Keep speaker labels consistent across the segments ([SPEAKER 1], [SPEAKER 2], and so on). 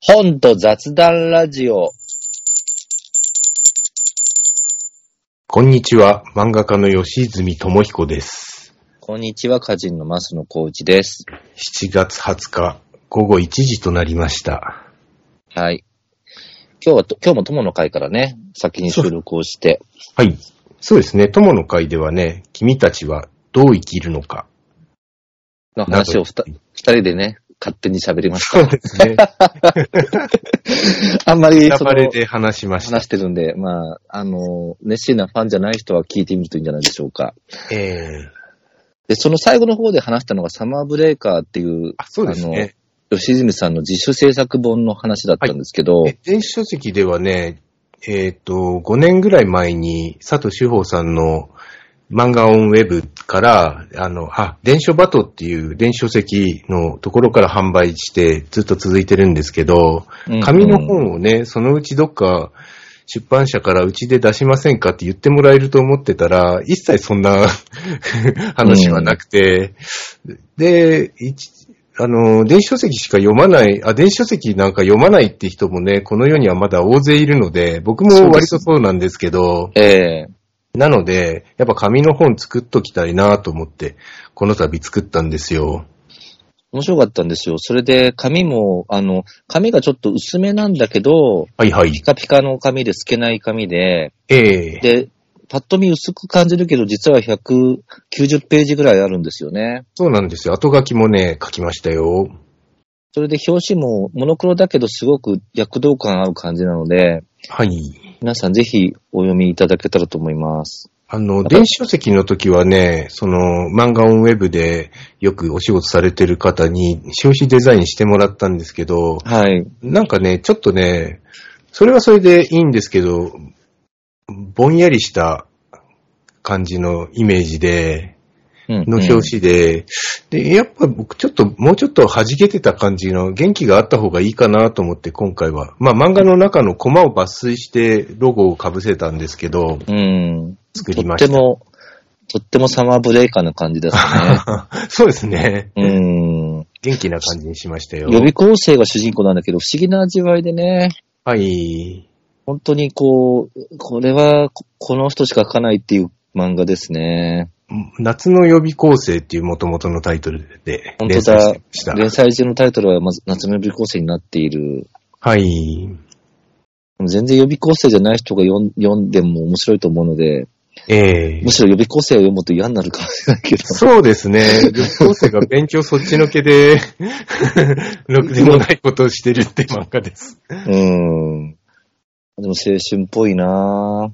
[SPEAKER 1] 本と雑談ラジオ。
[SPEAKER 2] こんにちは、漫画家の吉住智彦です。
[SPEAKER 1] こんにちは、歌人の増野幸一です。
[SPEAKER 2] 7月20日、午後1時となりました。
[SPEAKER 1] はい。今日はと、今日も友の会からね、先に収録をして、
[SPEAKER 2] はい。そうですね、友の会ではね、君たちはどう生きるのか。
[SPEAKER 1] の話をふた
[SPEAKER 2] など
[SPEAKER 1] 二人でね、勝手に喋りまし
[SPEAKER 2] そうです ね、
[SPEAKER 1] た。あんまり、
[SPEAKER 2] 選
[SPEAKER 1] その
[SPEAKER 2] ば、れて話しました。
[SPEAKER 1] 話してるんで、まあ、あの、熱心なファンじゃない人は聞いてみるといいんじゃないでしょうか。
[SPEAKER 2] えー
[SPEAKER 1] で、その最後の方で話したのがサマーブレイカーっていう、
[SPEAKER 2] あそうですね。
[SPEAKER 1] 吉住さんの自主制作本の話だったんですけど、
[SPEAKER 2] え電子書籍ではね、えっ、と、5年ぐらい前に、佐藤志保さんの漫画オンウェブから、あの、あ、電書バトっていう電子書籍のところから販売して、ずっと続いてるんですけど、
[SPEAKER 1] うん
[SPEAKER 2] 紙の本をね、そのうちどっか出版社からうちで出しませんかって言ってもらえると思ってたら、一切そんな 話はなくて、で、一あの、電子書籍しか読まない、あ、電子書籍なんか読まないって人もね、この世にはまだ大勢いるので、僕も割とそうなんですけど、
[SPEAKER 1] ええ
[SPEAKER 2] なので、やっぱ紙の本作っときたいなと思って、この度作ったんですよ。
[SPEAKER 1] 面白かったんですよ。それで紙も、あの、紙がちょっと薄めなんだけど、
[SPEAKER 2] はいはい。
[SPEAKER 1] ピカピカの紙で透けない紙で、
[SPEAKER 2] ええ
[SPEAKER 1] で、パッと見薄く感じるけど、実は190ページぐらいあるんですよね。
[SPEAKER 2] そうなんですよ。後書きもね、書きましたよ。
[SPEAKER 1] それで表紙もモノクロだけどすごく躍動感ある感じなので、
[SPEAKER 2] はい。
[SPEAKER 1] 皆さんぜひお読みいただけたらと思います。
[SPEAKER 2] あの、
[SPEAKER 1] た
[SPEAKER 2] 電子書籍の時はね、その、漫画オンウェブでよくお仕事されてる方に、表紙デザインしてもらったんですけど、
[SPEAKER 1] はい。
[SPEAKER 2] なんかね、ちょっとね、それはそれでいいんですけど、ぼんやりした感じのイメージで、
[SPEAKER 1] うん
[SPEAKER 2] の表紙で、で、やっぱ僕ちょっと、もうちょっと弾けてた感じの元気があった方がいいかなと思って今回は。まあ漫画の中のコマを抜粋してロゴを被せたんですけど、
[SPEAKER 1] うん。
[SPEAKER 2] 作
[SPEAKER 1] とっ
[SPEAKER 2] りま
[SPEAKER 1] て
[SPEAKER 2] した。
[SPEAKER 1] も、とってもサマーブレイカーな感じですね。
[SPEAKER 2] そうですね。
[SPEAKER 1] うん。
[SPEAKER 2] 元気な感じにしましたよ
[SPEAKER 1] 予。備校生が主人公なんだけど、不思議な味わいでね、
[SPEAKER 2] はい。
[SPEAKER 1] 本当にこう、これはここの人しか書かないっていう漫画ですね。
[SPEAKER 2] 夏の予備構成っていう元々のタイトルで
[SPEAKER 1] 本当
[SPEAKER 2] 連載し
[SPEAKER 1] だ
[SPEAKER 2] てました。
[SPEAKER 1] 連載中のタイトルはまず夏の予備校生になっている。
[SPEAKER 2] はい。
[SPEAKER 1] 全然予備校生じゃない人が読ん読んでも面白いと思うので、
[SPEAKER 2] ええ
[SPEAKER 1] むしろ予備校生を読むと嫌になるかもしれないけど。
[SPEAKER 2] そうですね。予備構成が勉強そっちのけで、 ろくでもないことをしてるって漫画です。
[SPEAKER 1] うん。でも青春っぽいなぁ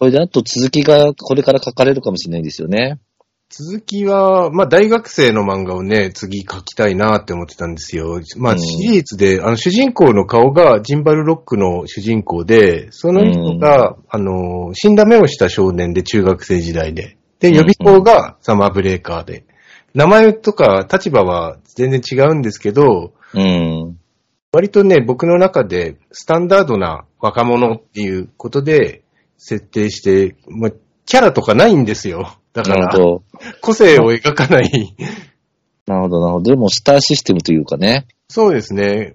[SPEAKER 1] これであと続きがこれから書かれるかもしれないんですよね。
[SPEAKER 2] 続きは、まあ大学生の漫画をね、次書きたいなって思ってたんですよ。
[SPEAKER 1] う
[SPEAKER 2] まあ
[SPEAKER 1] ん
[SPEAKER 2] シリーズで、あの主人公の顔がジンバルロックの主人公で、その人が、あの、死んだ目をした少年で中学生時代で。で、予備校がサマーブレーカーで。名前とか立場は全然違うんですけど、
[SPEAKER 1] うん。
[SPEAKER 2] 割とね、僕の中でスタンダードな若者っていうことで設定して、まあ、キャラとかないんですよ。だか
[SPEAKER 1] なるほ
[SPEAKER 2] ら、
[SPEAKER 1] ど。
[SPEAKER 2] 個性を描かない。
[SPEAKER 1] なるほど、なるほど。でも、スターシステムというかね。
[SPEAKER 2] そうですね。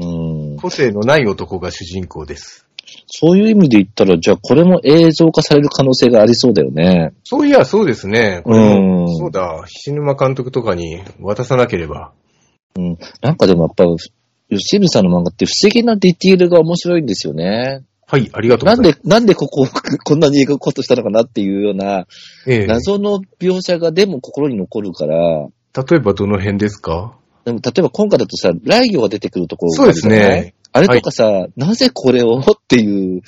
[SPEAKER 1] うん。
[SPEAKER 2] 個性のない男が主人公です。
[SPEAKER 1] そういう意味で言ったら、じゃあ、これも映像化される可能性がありそうだよね。
[SPEAKER 2] そういや、そうですね。これ
[SPEAKER 1] うん
[SPEAKER 2] もそうだ。菱沼監督とかに渡さなければ。
[SPEAKER 1] なんかでもやっぱ、吉見さんの漫画って不思議なディティールが面白いんですよね。
[SPEAKER 2] はい、ありがとうご
[SPEAKER 1] な
[SPEAKER 2] ざ
[SPEAKER 1] ん
[SPEAKER 2] います。
[SPEAKER 1] で、なんでここをこんなに描くことしたのかなっていうような、
[SPEAKER 2] ええ
[SPEAKER 1] 謎の描写がでも心に残るから、
[SPEAKER 2] 例えばどの辺ですか
[SPEAKER 1] でも例えば今回だとさ、雷魚が出てくるところが
[SPEAKER 2] そう
[SPEAKER 1] ある
[SPEAKER 2] で
[SPEAKER 1] じ
[SPEAKER 2] す
[SPEAKER 1] ゃない
[SPEAKER 2] ね。
[SPEAKER 1] あれとかさ、なぜこれをっていう、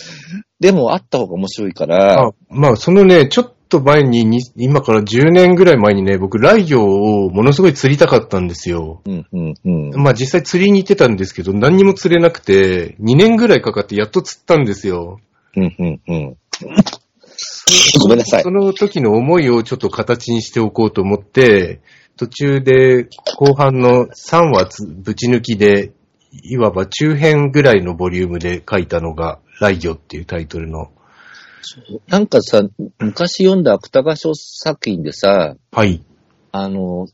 [SPEAKER 1] でもあった方が面白いから、
[SPEAKER 2] あまあ、そのね、ちょっと前にに、今から10年ぐらい前にね、僕、雷魚をものすごい釣りたかったんですよ。
[SPEAKER 1] うん、うん、うん。
[SPEAKER 2] まあ実際釣りに行ってたんですけど、何にも釣れなくて、2年ぐらいかかってやっと釣ったんですよ。
[SPEAKER 1] うん、うん、うん。ごめんなさい
[SPEAKER 2] そ。の時の思いをちょっと形にしておこうと思って、途中で後半の3話つぶち抜きで、いわば中編ぐらいのボリュームで書いたのが、雷魚っていうタイトルの。
[SPEAKER 1] なんかさ、昔読んだ芥川賞作品でさ、
[SPEAKER 2] はい。
[SPEAKER 1] あの、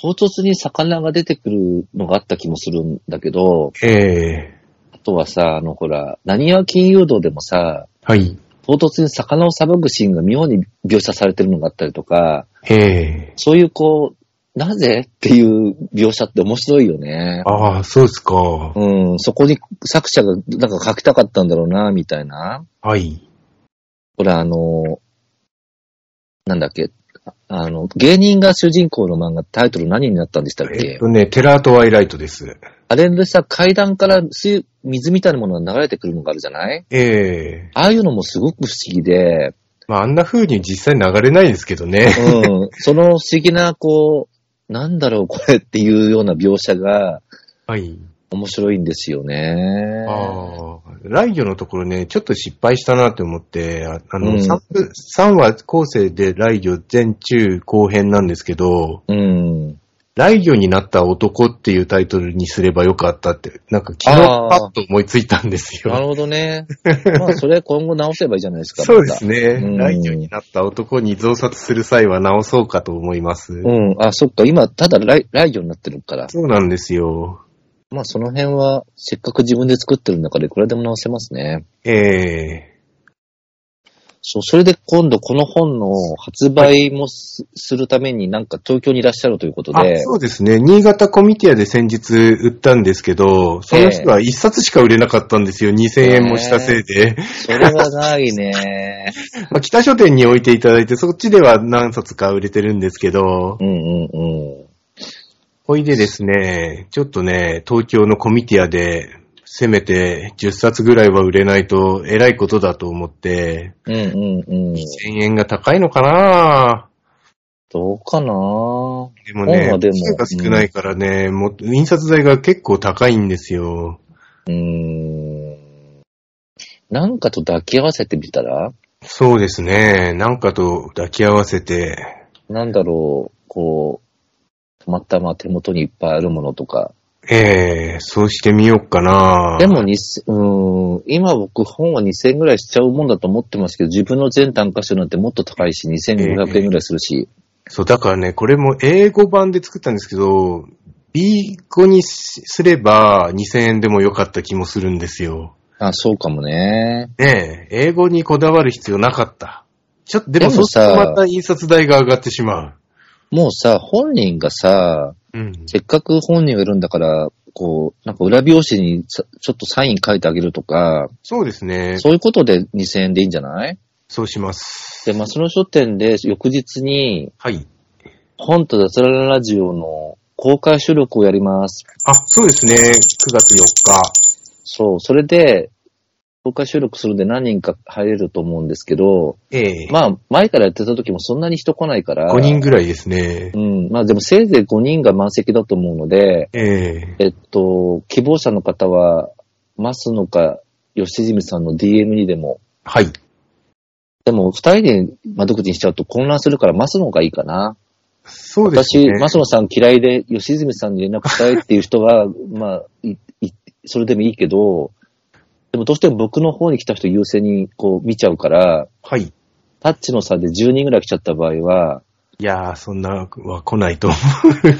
[SPEAKER 1] 唐突に魚が出てくるのがあった気もするんだけど、
[SPEAKER 2] ええ
[SPEAKER 1] あとはさ、あの、ほら、何は金融道でもさ、
[SPEAKER 2] はい。
[SPEAKER 1] 唐突に魚をさばくシーンが妙に描写されてるのがあったりとか、
[SPEAKER 2] ええ
[SPEAKER 1] そういうこう、なぜっていう描写って面白いよね。
[SPEAKER 2] ああ、そうですか。
[SPEAKER 1] うん、そこに作者がなんか書きたかったんだろうな、みたいな。
[SPEAKER 2] はい。
[SPEAKER 1] ほら、あの、なんだっけ、あの、芸人が主人公の漫画タイトル何になったんでしたっ
[SPEAKER 2] えっ
[SPEAKER 1] け
[SPEAKER 2] とね、テラートワイライトです。
[SPEAKER 1] あれでさ、階段から水水みたいなものが流れてくるのがあるじゃない
[SPEAKER 2] ええ
[SPEAKER 1] ああいうのもすごく不思議で、
[SPEAKER 2] まあ、あんな風に実際流れないですけどね。
[SPEAKER 1] うん、その不思議な、こう、なんだろうこれっていうような描写が
[SPEAKER 2] はい。
[SPEAKER 1] 面白いんですよね。
[SPEAKER 2] ああ、ライギョのところね、ちょっと失敗したなって思って、ああ
[SPEAKER 1] う
[SPEAKER 2] の、
[SPEAKER 1] ん
[SPEAKER 2] 三部三話構成でライギョ全中後編なんですけど、
[SPEAKER 1] うん。
[SPEAKER 2] ライギョになった男っていうタイトルにすればよかったって、なんか昨日
[SPEAKER 1] あー
[SPEAKER 2] パッと思いついたんです
[SPEAKER 1] なる
[SPEAKER 2] よ。
[SPEAKER 1] ほど ね。まあ、それ今後直せばいいじゃないですか。
[SPEAKER 2] そうです
[SPEAKER 1] ね。
[SPEAKER 2] ね
[SPEAKER 1] うん。
[SPEAKER 2] ライギョになった男に増刷する際は直そうかと思います。
[SPEAKER 1] うん。あ、そっか。今、ただライ、ライジョになってるから。
[SPEAKER 2] そうなんですよ。
[SPEAKER 1] まあ、その辺は、せっかく自分で作ってるんだから、いくらでも直せますね。
[SPEAKER 2] ええ
[SPEAKER 1] そう、それで今度この本の発売もす,、るためになんか東京にいらっしゃるということ
[SPEAKER 2] あ
[SPEAKER 1] で、
[SPEAKER 2] そうですね。新潟コミティアで先日売ったんですけど、その人は一冊しか売れなかったんですよ。2000円もしたせいで。
[SPEAKER 1] それはない ね。
[SPEAKER 2] まあ、北書店に置いていただいて、そっちでは何冊か売れてるんですけど
[SPEAKER 1] う、んうんうん。
[SPEAKER 2] ほいでですね、ちょっとね、東京のコミティアで、せめて10冊ぐらいは売れないと、えらいことだと思って、
[SPEAKER 1] うんうんうん。
[SPEAKER 2] 1000円が高いのかな
[SPEAKER 1] どうかな
[SPEAKER 2] でも
[SPEAKER 1] 本
[SPEAKER 2] ね、
[SPEAKER 1] はでも
[SPEAKER 2] 数が少ないからね、もう印刷代が結構高いんですよ。
[SPEAKER 1] うーん。なんかと抱き合わせてみたら、
[SPEAKER 2] そうですね、なんかと抱き合わせて、
[SPEAKER 1] なんだろう、こう、たまたま手元にいっぱいあるものとか。
[SPEAKER 2] ええそうしてみようかな
[SPEAKER 1] でも、にせうーん、今僕本は2000円ぐらいしちゃうもんだと思ってますけど、自分の全単価書なんてもっと高いし、2500円ぐらいするし。
[SPEAKER 2] そう、だからね、これも英語版で作ったんですけど、B5 にしすれば2000円でもよかった気もするんですよ。
[SPEAKER 1] あ、そうかもね。
[SPEAKER 2] ねえ、英語にこだわる必要なかった。ちょっと、でも
[SPEAKER 1] で
[SPEAKER 2] そ
[SPEAKER 1] も
[SPEAKER 2] うすると
[SPEAKER 1] さ
[SPEAKER 2] また印刷代が上がってしまう。
[SPEAKER 1] もうさ、本人がさ、
[SPEAKER 2] うん。
[SPEAKER 1] せっかく本人がいるんだから、こう、なんか裏表紙にさちょっとサイン書いてあげるとか、
[SPEAKER 2] そうですね。
[SPEAKER 1] そういうことで2000円でいいんじゃない
[SPEAKER 2] そうします。
[SPEAKER 1] で、まあ、その書店で翌日に、
[SPEAKER 2] はい。
[SPEAKER 1] 本と雑ラララジオの公開収録をやります。
[SPEAKER 2] あ、そうですね。9月4日。
[SPEAKER 1] そう、それで、公開収録するんで何人か入れると思うんですけど、
[SPEAKER 2] ええ
[SPEAKER 1] まあ、前からやってた時もそんなに人来ないから、
[SPEAKER 2] 5人ぐらいですね
[SPEAKER 1] う。ん、まあでもせいぜい5人が満席だと思うので、
[SPEAKER 2] ええ
[SPEAKER 1] えっと、希望者の方は、ますのか、吉住さんの DM にでも、
[SPEAKER 2] はい。
[SPEAKER 1] でも、二人で窓口にしちゃうと混乱するから、マスの方がいいかな。
[SPEAKER 2] そうです
[SPEAKER 1] 私、
[SPEAKER 2] ね。
[SPEAKER 1] マスノさん嫌いで、吉住さんに連絡したいっていう人は、 まあ、いいそれでもいいけど、でもどうしても僕の方に来た人優先にこう見ちゃうから、
[SPEAKER 2] はい。い
[SPEAKER 1] タッチの差で10人ぐらい来ちゃった場合は、
[SPEAKER 2] やー、そんなは来ないと思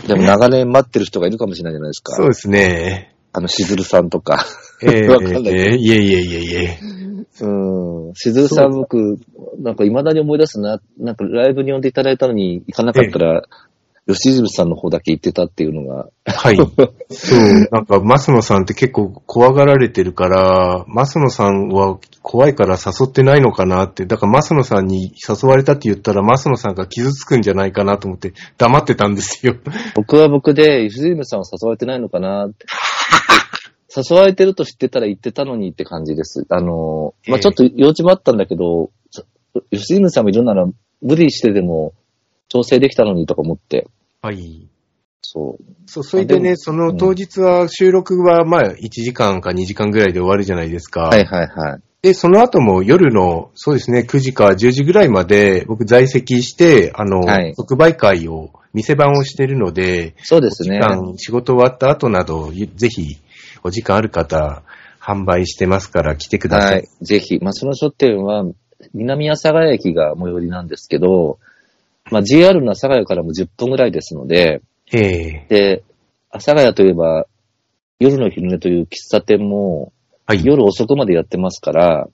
[SPEAKER 2] う。
[SPEAKER 1] でも長年待ってる人がいるかもしれないじゃないです
[SPEAKER 2] そう
[SPEAKER 1] か。
[SPEAKER 2] ですね。
[SPEAKER 1] あの、しずるさんとか。
[SPEAKER 2] ええ
[SPEAKER 1] わかんない
[SPEAKER 2] ええいえいえいえいえ。
[SPEAKER 1] うん。しずるさん
[SPEAKER 2] そう
[SPEAKER 1] 僕、なんか未だに思い出すな、なんかライブに呼んでいただいたのに行かなかったら、吉住さんの方だけ行ってたっていうのが、
[SPEAKER 2] はい。そう。なんか、マスノさんって結構怖がられてるから、マスノさんは怖いから誘ってないのかなって。だから、マスノさんに誘われたって言ったら、マスノさんが傷つくんじゃないかなと思って、黙ってたんですよ。
[SPEAKER 1] 僕は僕で、吉住さんは誘われてないのかなっ て。誘われてると知ってたら行ってたのにって感じです。あの、まあ、
[SPEAKER 2] ええ
[SPEAKER 1] ちょっと用事もあったんだけど、ちょ吉住さんもいるなら無理してでも調整できたのにとか思って。
[SPEAKER 2] はい。
[SPEAKER 1] そう。
[SPEAKER 2] そう、それで
[SPEAKER 1] あで
[SPEAKER 2] ね、
[SPEAKER 1] も
[SPEAKER 2] その当日は収録は、まあ、1時間か2時間ぐらいで終わるじゃないですか。
[SPEAKER 1] はいはいはい。
[SPEAKER 2] で、その後も夜の、そうですね、9時か10時ぐらいまで、僕在籍して、あの、
[SPEAKER 1] はい
[SPEAKER 2] 即売会を、店番をしてるので、
[SPEAKER 1] そうですね
[SPEAKER 2] お。時間、仕事終わった後など、ゆぜひ、お時間ある方、販売してますから来てくださ。
[SPEAKER 1] はいい。ぜひ。まあ、その書店は南阿佐ヶ谷駅が最寄りなんですけど、まあ、JR の阿佐ヶ谷からも10分ぐらいですので、
[SPEAKER 2] ええ
[SPEAKER 1] で、阿佐ヶ谷といえば、夜の昼寝という喫茶店も、
[SPEAKER 2] はい。
[SPEAKER 1] 夜遅くまでやってますから、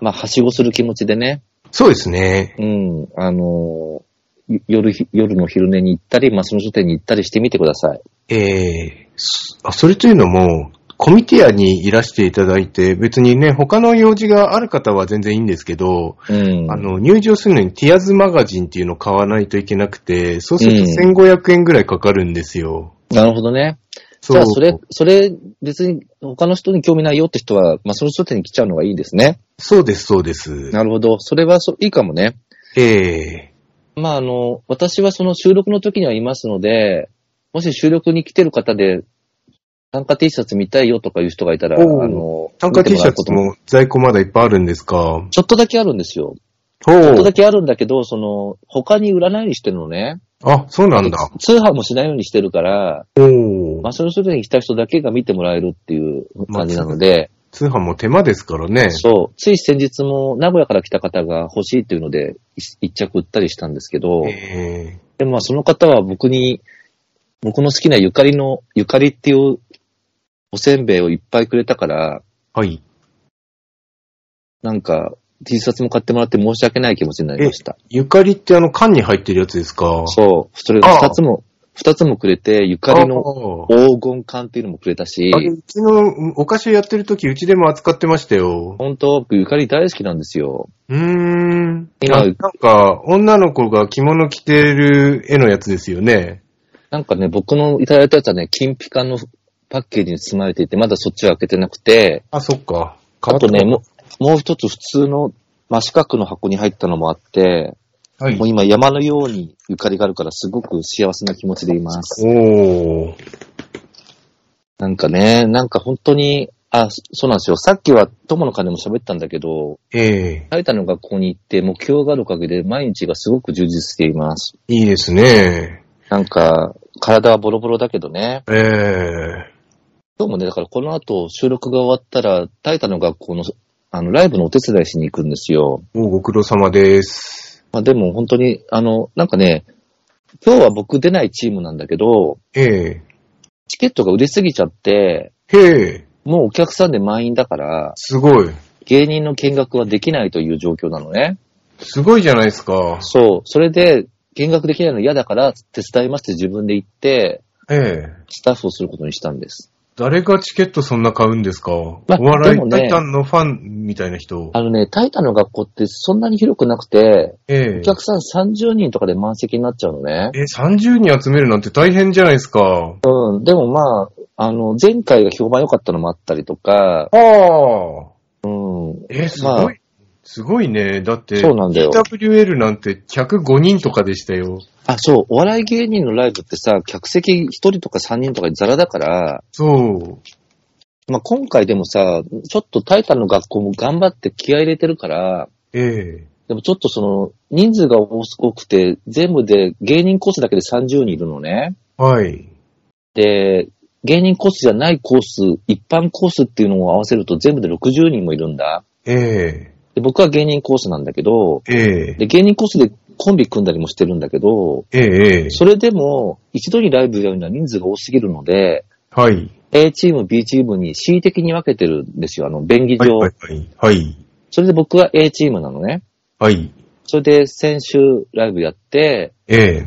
[SPEAKER 1] まあ、はしごする気持ちでね、
[SPEAKER 2] そうですね。
[SPEAKER 1] うん、あのーよ夜ひ、夜の昼寝に行ったり、まあ、その書店に行ったりしてみてください。
[SPEAKER 2] ええそあ、それというのも、コミティアにいらしていただいて、別にね、他の用事がある方は全然いいんですけど、
[SPEAKER 1] うん。
[SPEAKER 2] あの、入場するのにティアズマガジンっていうのを買わないといけなくて、そうすると
[SPEAKER 1] うん
[SPEAKER 2] 1500円ぐらいかかるんですよ。
[SPEAKER 1] なるほどね。
[SPEAKER 2] そ
[SPEAKER 1] じ
[SPEAKER 2] う
[SPEAKER 1] ゃあ、それ、それ、別に他の人に興味ないよって人は、まあ、その書店に来ちゃうのがいいですね。
[SPEAKER 2] そうです、そうです。
[SPEAKER 1] なるほど。それはそいいかもね。
[SPEAKER 2] ええ
[SPEAKER 1] まあ、あの、私はその収録の時にはいますので、もし収録に来てる方で、単価 T シャツ見たいよとかいう人がいたら、
[SPEAKER 2] おう
[SPEAKER 1] あの、
[SPEAKER 2] 単価
[SPEAKER 1] 見て
[SPEAKER 2] T
[SPEAKER 1] も
[SPEAKER 2] シ
[SPEAKER 1] ら
[SPEAKER 2] ャ
[SPEAKER 1] うこ
[SPEAKER 2] ツ
[SPEAKER 1] とも
[SPEAKER 2] も在庫まだいっぱいあるんですか
[SPEAKER 1] ちょっとだけあるんですよ。
[SPEAKER 2] お
[SPEAKER 1] ちょっとだ
[SPEAKER 2] う
[SPEAKER 1] けあるんだけど、その、他に売らないようにしてるのね。
[SPEAKER 2] あ、そうなんだ。
[SPEAKER 1] 通販もしないようにしてるから、
[SPEAKER 2] おう
[SPEAKER 1] まあ、その人に来た人だけが見てもらえるっていう感じなので、
[SPEAKER 2] 通販も手間ですからね。
[SPEAKER 1] そう、つい先日も名古屋から来た方が欲しいっていうので、い一着売ったりしたんですけど、
[SPEAKER 2] ええ
[SPEAKER 1] でもまあその方は僕に、僕の好きなゆかりの、ゆかりっていうおせんべいをいっぱいくれたから、
[SPEAKER 2] はい。
[SPEAKER 1] なんか T シャツも買ってもらって申し訳ない気持ちになりました。
[SPEAKER 2] ゆかりってあの缶に入ってるやつですか
[SPEAKER 1] そう。それ
[SPEAKER 2] あ
[SPEAKER 1] が
[SPEAKER 2] あ
[SPEAKER 1] 二つも、二つもくれて、ゆかりの
[SPEAKER 2] の。
[SPEAKER 1] 黄金缶っていうのもくれたし
[SPEAKER 2] あ、れ、うちのお菓子やってる時、うちでも扱ってましたよ。
[SPEAKER 1] 本当僕ゆかり大好きなんですよ。
[SPEAKER 2] うーん。
[SPEAKER 1] 今
[SPEAKER 2] ななんか、女の子が着物着てる絵のやつですよね。
[SPEAKER 1] なんかね、僕のいただいたやつはね、金ピカのパッケージに包まれていて、まだそっちは開けてなくて、
[SPEAKER 2] あ、そっか。
[SPEAKER 1] あとね、
[SPEAKER 2] も
[SPEAKER 1] もうもう一つ普通の真四角の箱に入ったのもあって、
[SPEAKER 2] は
[SPEAKER 1] もう
[SPEAKER 2] い。
[SPEAKER 1] 今山のようにゆかりがあるからすごく幸せな気持ちでいます。
[SPEAKER 2] おー。
[SPEAKER 1] なんかね、なんか本当に、あ、そそうなんですよ。さっきは友の金も喋ったんだけど、
[SPEAKER 2] ええ
[SPEAKER 1] 埼玉の学校に行って目標があるおかげで毎日がすごく充実しています。
[SPEAKER 2] いいですね。
[SPEAKER 1] なんか、体はボロボロだけどね。
[SPEAKER 2] ええ
[SPEAKER 1] 今日もね、だからこの後収録が終わったら、タイタの学校の、あの、ライブのお手伝いしに行くんですよ。
[SPEAKER 2] おご苦労様です。
[SPEAKER 1] まあでも本当に、あの、なんかね、今日は僕出ないチームなんだけど、
[SPEAKER 2] ええ
[SPEAKER 1] チケットが売れすぎちゃって、
[SPEAKER 2] へえ、
[SPEAKER 1] もうお客さんで満員だから、
[SPEAKER 2] すごい。
[SPEAKER 1] 芸人の見学はできないという状況なのね。
[SPEAKER 2] すごいじゃないですか。
[SPEAKER 1] そう。それで、見学できないの嫌だから、手伝いますって自分で行って、
[SPEAKER 2] ええ
[SPEAKER 1] スタッフをすることにしたんです。
[SPEAKER 2] 誰がチケットそんな買うんですか、お
[SPEAKER 1] まあ
[SPEAKER 2] 笑
[SPEAKER 1] でも
[SPEAKER 2] い
[SPEAKER 1] ね
[SPEAKER 2] タイタンのファンみたいな人。
[SPEAKER 1] あのね、タイタンの学校ってそんなに広くなくて、
[SPEAKER 2] ええ
[SPEAKER 1] お客さん30人とかで満席になっちゃうのね。
[SPEAKER 2] え、30人集めるなんて大変じゃないですか。
[SPEAKER 1] うん。でもまあ、あの、前回が評判良かったのもあったりとか、
[SPEAKER 2] ああ。
[SPEAKER 1] うん。
[SPEAKER 2] え、す
[SPEAKER 1] ま
[SPEAKER 2] ご
[SPEAKER 1] あ
[SPEAKER 2] い。すごいね。だって、
[SPEAKER 1] そうなんだよ
[SPEAKER 2] WL なんて105人とかでしたよ。
[SPEAKER 1] あ、そう、お笑い芸人のライブってさ、客席1人とか3人とかでザラだから、
[SPEAKER 2] そう。
[SPEAKER 1] まあ、今回でもさ、ちょっとタイタンの学校も頑張って気合い入れてるから、
[SPEAKER 2] え
[SPEAKER 1] でもちょっとその、人数が多くて、全部で芸人コースだけで30人いるのね。
[SPEAKER 2] えはい。
[SPEAKER 1] で、芸人コースじゃないコース、一般コースっていうのを合わせると全部で60人もいるんだ。
[SPEAKER 2] ええ
[SPEAKER 1] で、僕は芸人コースなんだけど、
[SPEAKER 2] ええ
[SPEAKER 1] で、芸人コースでコンビ組んだりもしてるんだけど、
[SPEAKER 2] えええ
[SPEAKER 1] それでも、一度にライブやるには人数が多すぎるので、
[SPEAKER 2] はい。
[SPEAKER 1] A チーム、B チームに恣意的に分けてるんですよ、あの、便宜
[SPEAKER 2] はい。
[SPEAKER 1] 上。
[SPEAKER 2] はい。はい。
[SPEAKER 1] それで僕は A チームなのね。
[SPEAKER 2] はい。
[SPEAKER 1] それで先週ライブやって、
[SPEAKER 2] ええ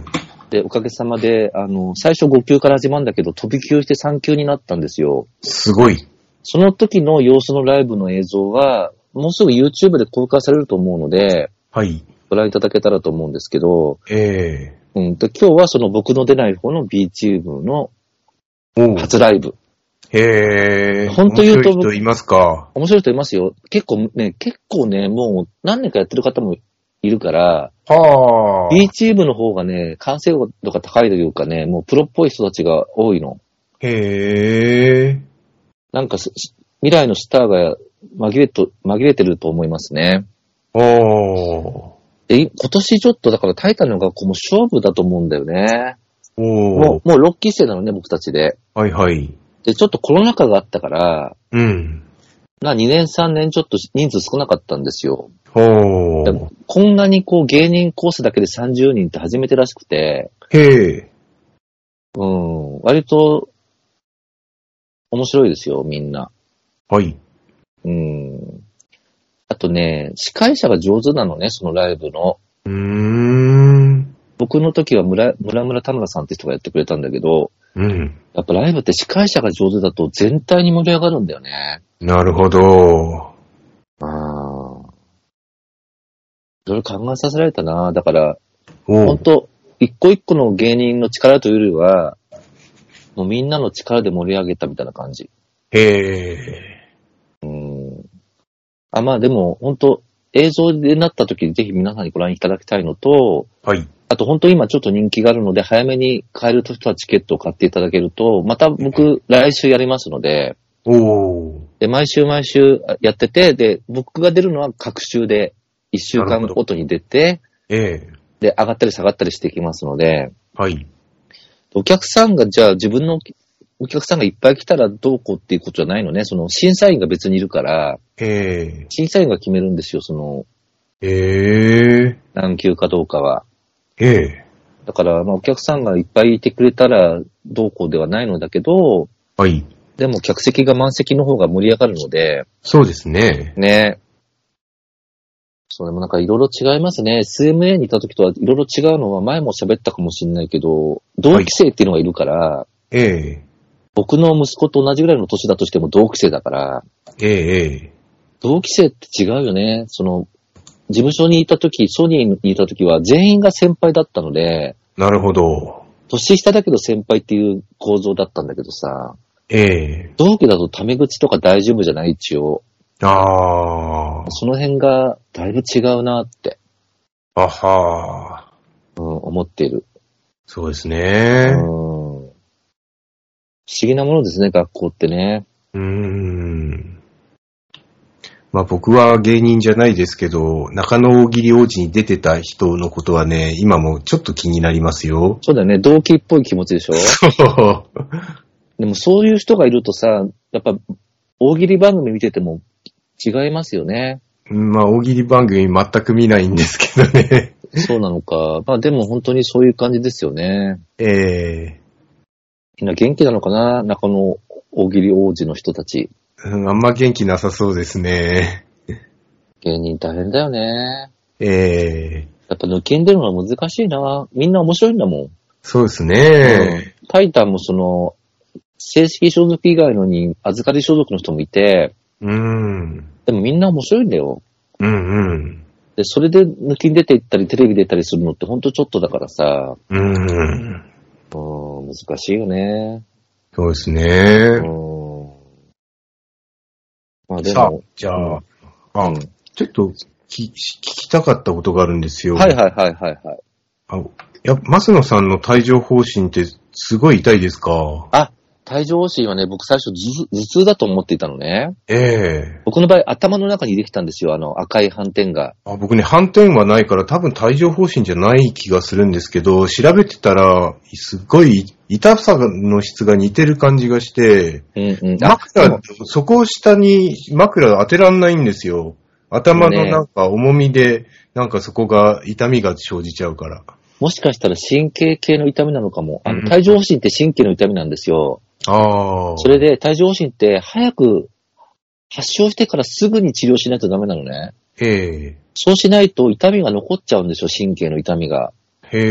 [SPEAKER 1] で、おかげさまで、あの、最初5級から始まるんだけど、飛び級して3級になったんですよ。
[SPEAKER 2] すごい。
[SPEAKER 1] その時の様子のライブの映像は、もうすぐ YouTube で公開されると思うので、
[SPEAKER 2] はい。
[SPEAKER 1] ご覧いただけたらと思うんですけど、
[SPEAKER 2] え
[SPEAKER 1] うん、で今日はその僕の出ない方の B チームの
[SPEAKER 2] えおう
[SPEAKER 1] 初ライブ。
[SPEAKER 2] へえ。
[SPEAKER 1] ほんと言うと
[SPEAKER 2] 面白い人いますか。
[SPEAKER 1] 面白い人いますよ。結構ね、結構ね、もう何年かやってる方もいるから、
[SPEAKER 2] はあ。
[SPEAKER 1] B チームの方がね、完成度が高いというかね、もうプロっぽい人たちが多いの。
[SPEAKER 2] へえ。
[SPEAKER 1] なんかす、す未来のスターが紛れと、紛れてると思いますね。
[SPEAKER 2] おー。
[SPEAKER 1] で、い今年ちょっとだからタイタンの学校も勝負だと思うんだよね。
[SPEAKER 2] お
[SPEAKER 1] も
[SPEAKER 2] ー。
[SPEAKER 1] う、もう6期生なのね、僕たちで。
[SPEAKER 2] はいはい。
[SPEAKER 1] で、ちょっとコロナ禍があったから、
[SPEAKER 2] うん。
[SPEAKER 1] な、2年3年ちょっと人数少なかったんですよ。
[SPEAKER 2] お
[SPEAKER 1] で
[SPEAKER 2] ー
[SPEAKER 1] も。こんなにこう芸人コースだけで30人って初めてらしくて、
[SPEAKER 2] へえ。
[SPEAKER 1] うん、割と、面白いですよ、みんな。
[SPEAKER 2] はい。
[SPEAKER 1] うん。あとね、司会者が上手なのね、そのライブの。
[SPEAKER 2] うーん。
[SPEAKER 1] 僕の時は村村村田村さんって人がやってくれたんだけど、
[SPEAKER 2] うん。
[SPEAKER 1] やっぱライブって司会者が上手だと全体に盛り上がるんだよね。
[SPEAKER 2] なるほど。
[SPEAKER 1] ああ。いろいろ考えさせられたな。だから、
[SPEAKER 2] お
[SPEAKER 1] 本
[SPEAKER 2] う
[SPEAKER 1] 当一個一個の芸人の力というよりは、もうみんなの力で盛り上げたみたいな感じ。
[SPEAKER 2] へえ。
[SPEAKER 1] うん。あ、まあでも、本当映像でなった時にぜひ皆さんにご覧いただきたいのと、
[SPEAKER 2] はい。
[SPEAKER 1] あと本当今ちょっと人気があるので、早めに買える人はチケットを買っていただけると、また僕来週やりますので、
[SPEAKER 2] おう
[SPEAKER 1] で、毎週毎週やってて、で、僕が出るのは各週で、1週
[SPEAKER 2] な
[SPEAKER 1] 間
[SPEAKER 2] るほど
[SPEAKER 1] ごとに出て、
[SPEAKER 2] ええ。
[SPEAKER 1] で、上がったり下がったりしていきますので、
[SPEAKER 2] はい。
[SPEAKER 1] お客さんが、じゃあ自分のお客さんがいっぱい来たらどうこうっていうことじゃないのね。その審査員が別にいるから、
[SPEAKER 2] え
[SPEAKER 1] 審査員が決めるんですよ、その、
[SPEAKER 2] え。ええ。
[SPEAKER 1] 何級かどうかは。
[SPEAKER 2] ええ。
[SPEAKER 1] だから、まあお客さんがいっぱいいてくれたらどうこうではないのだけど、
[SPEAKER 2] はい。
[SPEAKER 1] でも客席が満席の方が盛り上がるので、
[SPEAKER 2] そうですね。
[SPEAKER 1] ね。そう、でもなんかいろいろ違いますね。SMA にいた時とはいろいろ違うのは前も喋ったかもしれないけど、同期生っていうのがいるから、
[SPEAKER 2] ええ。
[SPEAKER 1] 僕の息子と同じぐらいの年だとしても同期生だから、
[SPEAKER 2] ええ。ええ
[SPEAKER 1] 同期生って違うよね。その、事務所にいた時、ソニーにいた時は全員が先輩だったので、
[SPEAKER 2] なるほど。
[SPEAKER 1] 年下だけど先輩っていう構造だったんだけどさ、
[SPEAKER 2] ええ。
[SPEAKER 1] 同期だとタメ口とか大丈夫じゃない一応。
[SPEAKER 2] ああ。
[SPEAKER 1] その辺がだいぶ違うなって、
[SPEAKER 2] あはー。
[SPEAKER 1] うん、思っている。
[SPEAKER 2] そうですね。
[SPEAKER 1] うん不思議なものですね、学校ってね。
[SPEAKER 2] うーん。まあ僕は芸人じゃないですけど、中野大喜利王子に出てた人のことはね、今もちょっと気になりますよ。
[SPEAKER 1] そうだよね、同期っぽい気持ちでしょでもそういう人がいるとさ、やっぱ、大喜利番組見てても違いますよね。
[SPEAKER 2] まあ大喜利番組全く見ないんですけどね。
[SPEAKER 1] そうなのか。まあでも本当にそういう感じですよね。
[SPEAKER 2] え
[SPEAKER 1] みんな元気なのかな中野大喜利王子の人たち。
[SPEAKER 2] えうんあんま元気なさそうですね。
[SPEAKER 1] 芸人大変だよね。
[SPEAKER 2] ええ
[SPEAKER 1] やっぱ抜きんでるのが難しいな。みんな面白いんだもん。
[SPEAKER 2] そうですね。
[SPEAKER 1] タイタンもその、正式所属以外のに預かり所属の人もいて、
[SPEAKER 2] うん。
[SPEAKER 1] でもみんな面白いんだよ。
[SPEAKER 2] うんうん。
[SPEAKER 1] で、それで抜きに出ていったり、テレビ出たりするのってほんとちょっとだからさ、
[SPEAKER 2] うんうん。
[SPEAKER 1] うーん、難しいよね。
[SPEAKER 2] そうです
[SPEAKER 1] う
[SPEAKER 2] ね。
[SPEAKER 1] ーん。まあで
[SPEAKER 2] さあ
[SPEAKER 1] も、、
[SPEAKER 2] じゃあ、
[SPEAKER 1] う
[SPEAKER 2] あ
[SPEAKER 1] ん、
[SPEAKER 2] ちょっとき聞きたかったことがあるんですよ。
[SPEAKER 1] はいはいはいはいはい。
[SPEAKER 2] あいや、マスノさんの帯状方針ってすごい痛いですか
[SPEAKER 1] 帯状疱疹はね、僕最初頭頭痛だと思っていたのね。
[SPEAKER 2] ええ
[SPEAKER 1] 僕の場合頭の中にできたんですよ、あの赤い斑点が。
[SPEAKER 2] あ僕ね、反転はないから多分帯状方針じゃない気がするんですけど、調べてたら、すごい痛さの質が似てる感じがして、
[SPEAKER 1] うんうん。あ、で
[SPEAKER 2] 枕
[SPEAKER 1] も、
[SPEAKER 2] そこを下に枕当てらんないんですよ。頭のなんか重みで、なんかそこが痛みが生じちゃうから。
[SPEAKER 1] もしかしたら神経系の痛みなのかも。あ
[SPEAKER 2] うん
[SPEAKER 1] の、帯状疱疹って神経の痛みなんですよ。
[SPEAKER 2] ああ。
[SPEAKER 1] それで帯状疱疹って早く発症してからすぐに治療しないとダメなのね。
[SPEAKER 2] え
[SPEAKER 1] そうしないと痛みが残っちゃうんですよ、神経の痛みが。
[SPEAKER 2] えへ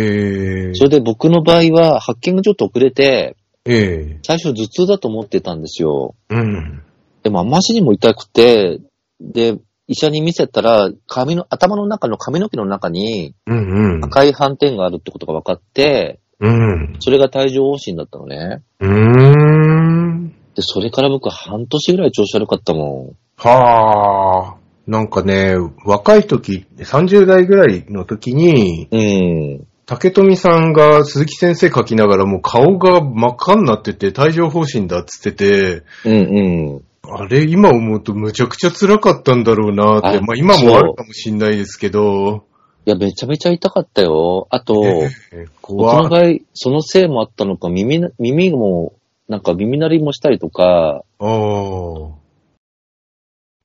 [SPEAKER 2] え。
[SPEAKER 1] それで僕の場合は、ハッキングちょっと遅れて、
[SPEAKER 2] ええ。
[SPEAKER 1] 最初頭痛だと思ってたんですよ。
[SPEAKER 2] うん。
[SPEAKER 1] でもあましにも痛くて、で、医者に見せたら、髪の、頭の中の髪の毛の中に
[SPEAKER 2] うんうん。
[SPEAKER 1] 赤い斑点があるってことが分かって、
[SPEAKER 2] うん。
[SPEAKER 1] それが帯状疱疹だったのね。
[SPEAKER 2] うーん。
[SPEAKER 1] で、それから僕半年ぐらい調子悪かったも
[SPEAKER 2] はあ。なんかね、若い時、30代ぐらいの時に、
[SPEAKER 1] ん。うん。
[SPEAKER 2] 竹富さんが鈴木先生書きながらもう顔が真っ赤になってて、帯状方針だっつってて、
[SPEAKER 1] うんうん。
[SPEAKER 2] あれ、今思うとむちゃくちゃ辛かったんだろうなって、
[SPEAKER 1] あ
[SPEAKER 2] まあ今もあるかもしんないですけど、
[SPEAKER 1] いや、めちゃめちゃ痛かったよ。あと、
[SPEAKER 2] え
[SPEAKER 1] 僕の
[SPEAKER 2] 怖
[SPEAKER 1] 場合、
[SPEAKER 2] い。
[SPEAKER 1] そのせいもあったのか、耳な、耳も、なんか耳鳴りもしたりとか、
[SPEAKER 2] ああ。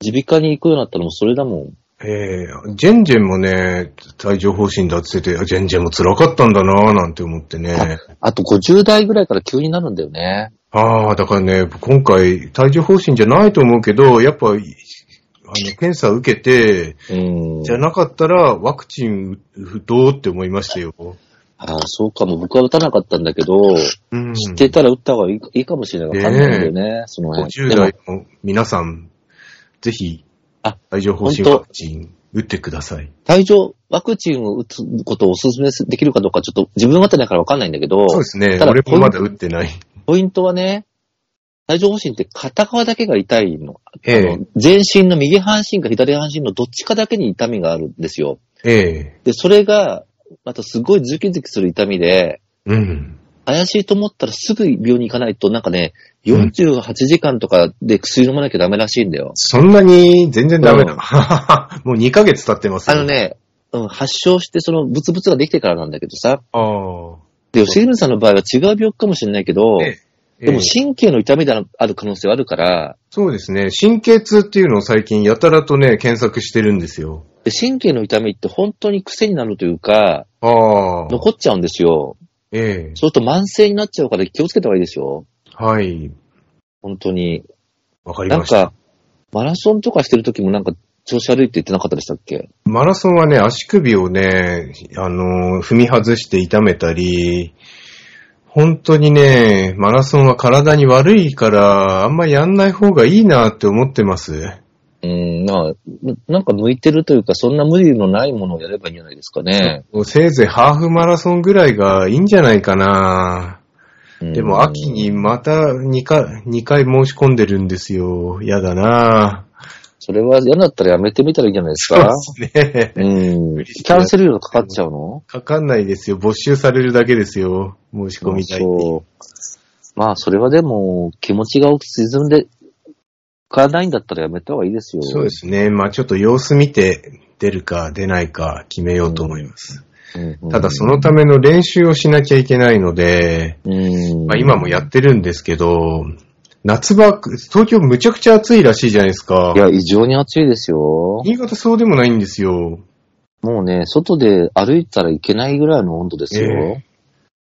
[SPEAKER 1] 耳鼻科に行くようになったのもそれだもん。
[SPEAKER 2] ええジェンジェンもね、帯状方針だって言ってて、あジェンジェンも辛かったんだなぁなんて思ってね。
[SPEAKER 1] あと50代ぐらいから急になるんだよね。
[SPEAKER 2] ああ、だからね、今回、帯状方針じゃないと思うけど、やっぱ、あの、検査受けて、
[SPEAKER 1] うん。
[SPEAKER 2] じゃなかったらワクチン打とうって思いましたよ。
[SPEAKER 1] ああ、そうかも。僕は打たなかったんだけど、
[SPEAKER 2] うん
[SPEAKER 1] 知ってたら打った方がいいいいかもしれない。わかんないんだよね、その辺。
[SPEAKER 2] 50
[SPEAKER 1] でも
[SPEAKER 2] 代、の皆さん、ぜひ
[SPEAKER 1] あ、
[SPEAKER 2] 帯状方針ワクチン打ってください。
[SPEAKER 1] 体調、ワクチンを打つことをお勧めできるかどうか、ちょっと自分は打ってないからわかんないんだけど、
[SPEAKER 2] そうですね。
[SPEAKER 1] ただ
[SPEAKER 2] 俺もまだ打ってない。
[SPEAKER 1] ポイントはね、体調方針って片側だけが痛いの。
[SPEAKER 2] え
[SPEAKER 1] あ
[SPEAKER 2] え
[SPEAKER 1] の、全身の右半身か左半身のどっちかだけに痛みがあるんですよ。
[SPEAKER 2] ええ
[SPEAKER 1] で、それが、またすごいズキズキする痛みで、
[SPEAKER 2] うん。
[SPEAKER 1] 怪しいと思ったらすぐ病院に行かないと、なんかね、
[SPEAKER 2] うん
[SPEAKER 1] 48時間とかで薬飲まなきゃダメらしいんだよ。
[SPEAKER 2] そんなに全然ダメだ。 もう2ヶ月経ってます
[SPEAKER 1] あ
[SPEAKER 2] よ。
[SPEAKER 1] の。ね、うん、発症してそのブツブツができてからなんだけどさ、
[SPEAKER 2] ああ。
[SPEAKER 1] で、吉住さんの場合は違う病気かもしれないけど、
[SPEAKER 2] ええ
[SPEAKER 1] でも
[SPEAKER 2] え
[SPEAKER 1] 神経の痛みである可能性はあるから、
[SPEAKER 2] そうですね。神経痛っていうのを最近やたらとね、検索してるんですよ。
[SPEAKER 1] で神経の痛みって本当に癖になるというか、
[SPEAKER 2] ああ。
[SPEAKER 1] 残っちゃうんですよ。
[SPEAKER 2] ええ
[SPEAKER 1] そうすると慢性になっちゃうから気をつけた方がいいですよ。
[SPEAKER 2] はい。
[SPEAKER 1] 本当に。
[SPEAKER 2] わかり
[SPEAKER 1] なん
[SPEAKER 2] ました。
[SPEAKER 1] か、マラソンとかしてる時もなんか調子悪いって言ってなかったでしたっけ
[SPEAKER 2] マラソンはね、足首をね、あのー、踏み外して痛めたり、本当にね、マラソンは体に悪いから、あんまやんない方がいいなって思ってます。
[SPEAKER 1] うん、まあ、ななんか向いてるというか、そんな無理のないものをやればいいんじゃないですかね。
[SPEAKER 2] せいぜいハーフマラソンぐらいがいいんじゃないかな。
[SPEAKER 1] うん
[SPEAKER 2] でも秋にまた2回、2回申し込んでるんですよ。やだな。
[SPEAKER 1] それは嫌だったらやめてみたらいいんじゃないです
[SPEAKER 2] そう
[SPEAKER 1] か
[SPEAKER 2] ですね。
[SPEAKER 1] うん。
[SPEAKER 2] 理
[SPEAKER 1] キ
[SPEAKER 2] してや
[SPEAKER 1] ャ
[SPEAKER 2] る
[SPEAKER 1] ンセル料かかっちゃうの
[SPEAKER 2] かかんないですよ。没収されるだけですよ。申し込みたいっていう。
[SPEAKER 1] そう。まあ、それはでも、気持ちが沈んで、買わないんだったらやめた方がいいですよ。
[SPEAKER 2] そうで。すね。まあちょっと様子見て出るか出ないか決めようと思います。
[SPEAKER 1] うん
[SPEAKER 2] ただそのための練習をしなきゃいけないので、
[SPEAKER 1] うん。
[SPEAKER 2] まあ今もやってるんですけど、夏場、東京むちゃくちゃ暑いらしいじゃないですか
[SPEAKER 1] い。や、異常に暑いですよ。
[SPEAKER 2] 新潟そうでもないんですよ。
[SPEAKER 1] もうね、外で歩いたらいけないぐらいの温度ですよ。
[SPEAKER 2] え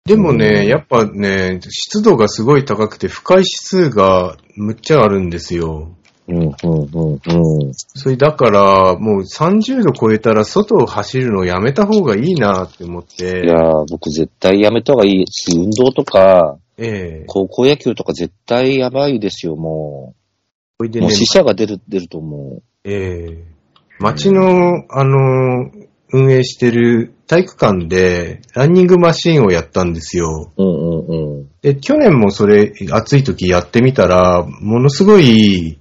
[SPEAKER 2] でもね、やっぱね、湿度がすごい高くて不快指数がむっちゃあるんですよ。
[SPEAKER 1] うん、うん、うん、うん。
[SPEAKER 2] それだから、もう30度超えたら外を走るのをやめた方がいいなって思っ
[SPEAKER 1] いや
[SPEAKER 2] て、
[SPEAKER 1] ー、僕絶対やめた方がいいし、運動とか、
[SPEAKER 2] ええ
[SPEAKER 1] 高校野球とか絶対やばいですよ、も
[SPEAKER 2] それで
[SPEAKER 1] う。
[SPEAKER 2] ね
[SPEAKER 1] もう、死者が出る、出ると思う。
[SPEAKER 2] ええ町の、あの、運営してる体育館でランニングマシーンをやったんですよ。
[SPEAKER 1] うん、うん、うん。
[SPEAKER 2] で、去年もそれ、暑い時やってみたら、ものすごい、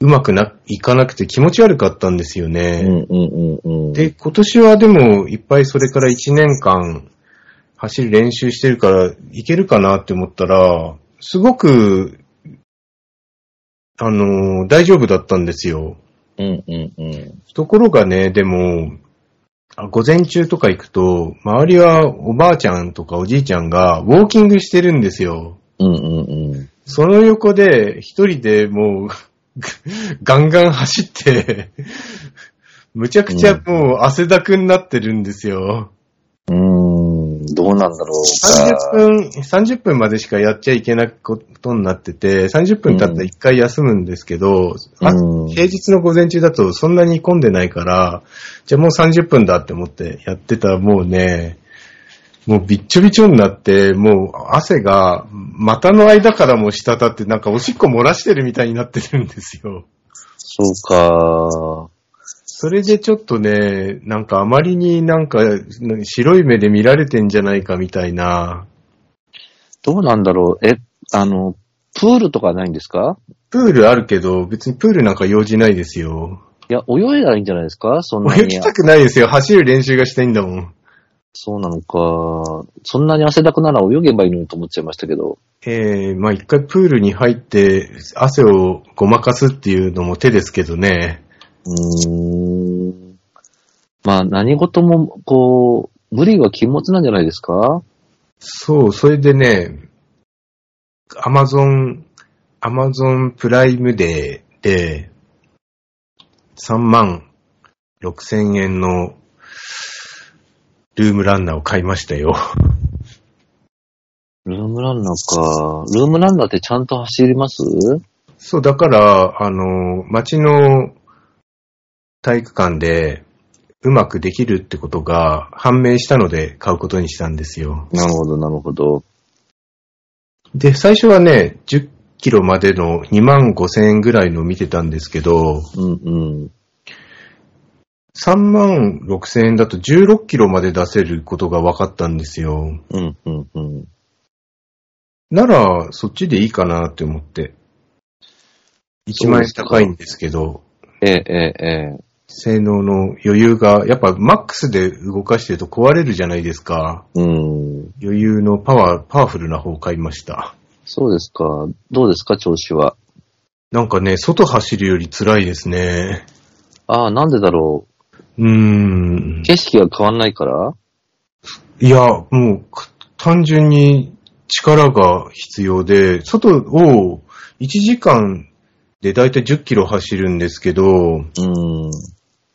[SPEAKER 2] うまくないかなくて気持ち悪かったんですよね。
[SPEAKER 1] うん、うん、うん、うん。
[SPEAKER 2] で、今年はでも、いっぱいそれから1年間、走る練習してるから、いけるかなって思ったら、すごく、あのー大丈夫だったんですよ。
[SPEAKER 1] うん、うん、うん。
[SPEAKER 2] ところがね、でも、あ午前中とか行くと、周りはおばあちゃんとかおじいちゃんがウォーキングしてるんですよ。
[SPEAKER 1] うん、うん、うん。
[SPEAKER 2] その横で、一人でもう、 ガンガン走って、むちゃくちゃもう汗だくになってるんですよ。
[SPEAKER 1] うーん、どうなんだろ
[SPEAKER 2] 30
[SPEAKER 1] うか。
[SPEAKER 2] 分、30分までしかやっちゃいけないことになってて、30分経ったら一回休むんですけど、あ
[SPEAKER 1] うん
[SPEAKER 2] 平日の午前中だとそんなに混んでないから、じゃあもう30分だって思ってやってたらもうね、もうびっちょびちょになって、もう汗が股の間からも滴ってなんかおしっこ漏らしてるみたいになってるんですよ。
[SPEAKER 1] そうか。
[SPEAKER 2] それでちょっとね、なんかあまりになんか白い目で見られてんじゃないかみたいな
[SPEAKER 1] どうなんだろう。え、あの、プールとかないんですか
[SPEAKER 2] プールあるけど、別にプールなんか用事ないですよ。
[SPEAKER 1] いや、泳いだらいいんじゃないですかそんな
[SPEAKER 2] 泳
[SPEAKER 1] に
[SPEAKER 2] ぎ。たくないですよ。走る練習がしたいんだもん。
[SPEAKER 1] そうなのか。そんなに汗だくなら泳げばいいのにと思っちゃいましたけど。
[SPEAKER 2] ええまあ一回プールに入って汗をごまかすっていうのも手ですけどね。
[SPEAKER 1] うーん。まあ、何事も、こう、無理は禁物なんじゃないですか
[SPEAKER 2] そう、それでね、アマゾン、アマゾンプライムデーで3万6000円のルームランナーを買いましたよ。
[SPEAKER 1] ルームランナーか。ルームランナーってちゃんと走ります
[SPEAKER 2] そう、だから、あの、町の体育館でうまくできるってことが判明したので買うことにしたんですよ。
[SPEAKER 1] なるほど、なるほど。
[SPEAKER 2] で、最初はね、10キロまでの2万5千円ぐらいの見てたんですけど、
[SPEAKER 1] うんうん。
[SPEAKER 2] 3万6千円だと16キロまで出せることが分かったんですよ。
[SPEAKER 1] うんうんうん。
[SPEAKER 2] なら、そっちでいいかなって思って。1万円高いんですけど、
[SPEAKER 1] ええええええ。
[SPEAKER 2] 性能の余裕が、やっぱマックスで動かしてると壊れるじゃないですか。
[SPEAKER 1] うん。
[SPEAKER 2] 余裕のパワー、パワフルな方を買いました。
[SPEAKER 1] そうですか。どうですか、調子は。
[SPEAKER 2] なんかね、外走るより辛いですね。
[SPEAKER 1] ああ、なんでだろ
[SPEAKER 2] うーん
[SPEAKER 1] う。。景色が変わんないから
[SPEAKER 2] いや、もう、く単純に力が必要で、外を1時間でだいたい10キロ走るんですけど、
[SPEAKER 1] うん。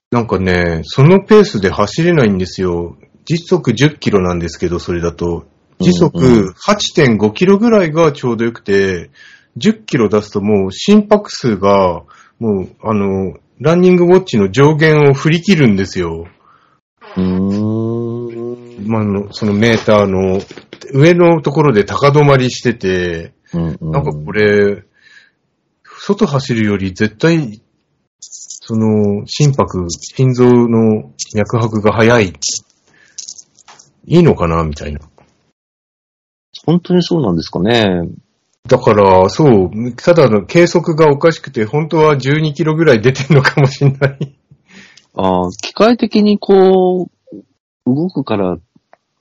[SPEAKER 2] なんかね、そのペースで走れないんですよ。時速10キロなんですけど、それだと。時
[SPEAKER 1] うんう
[SPEAKER 2] 速8.5キロぐらいがちょうどよくて、10キロ出すともう心拍数が、もう、あの、ランニングウォッチの上限を振り切るんですよ。
[SPEAKER 1] うーん。
[SPEAKER 2] まあ、あのそのメーターの上のところで高止まりしてて、
[SPEAKER 1] うんうん、
[SPEAKER 2] なんかこれ、外走るより絶対、その、心拍、心臓の脈拍が早い。いいのかなみたいな。
[SPEAKER 1] 本当にそうなんですかね。
[SPEAKER 2] だから、そう、ただの計測がおかしくて、本当は12キロぐらい出てるのかもしれない。
[SPEAKER 1] ああ、機械的にこう、動くから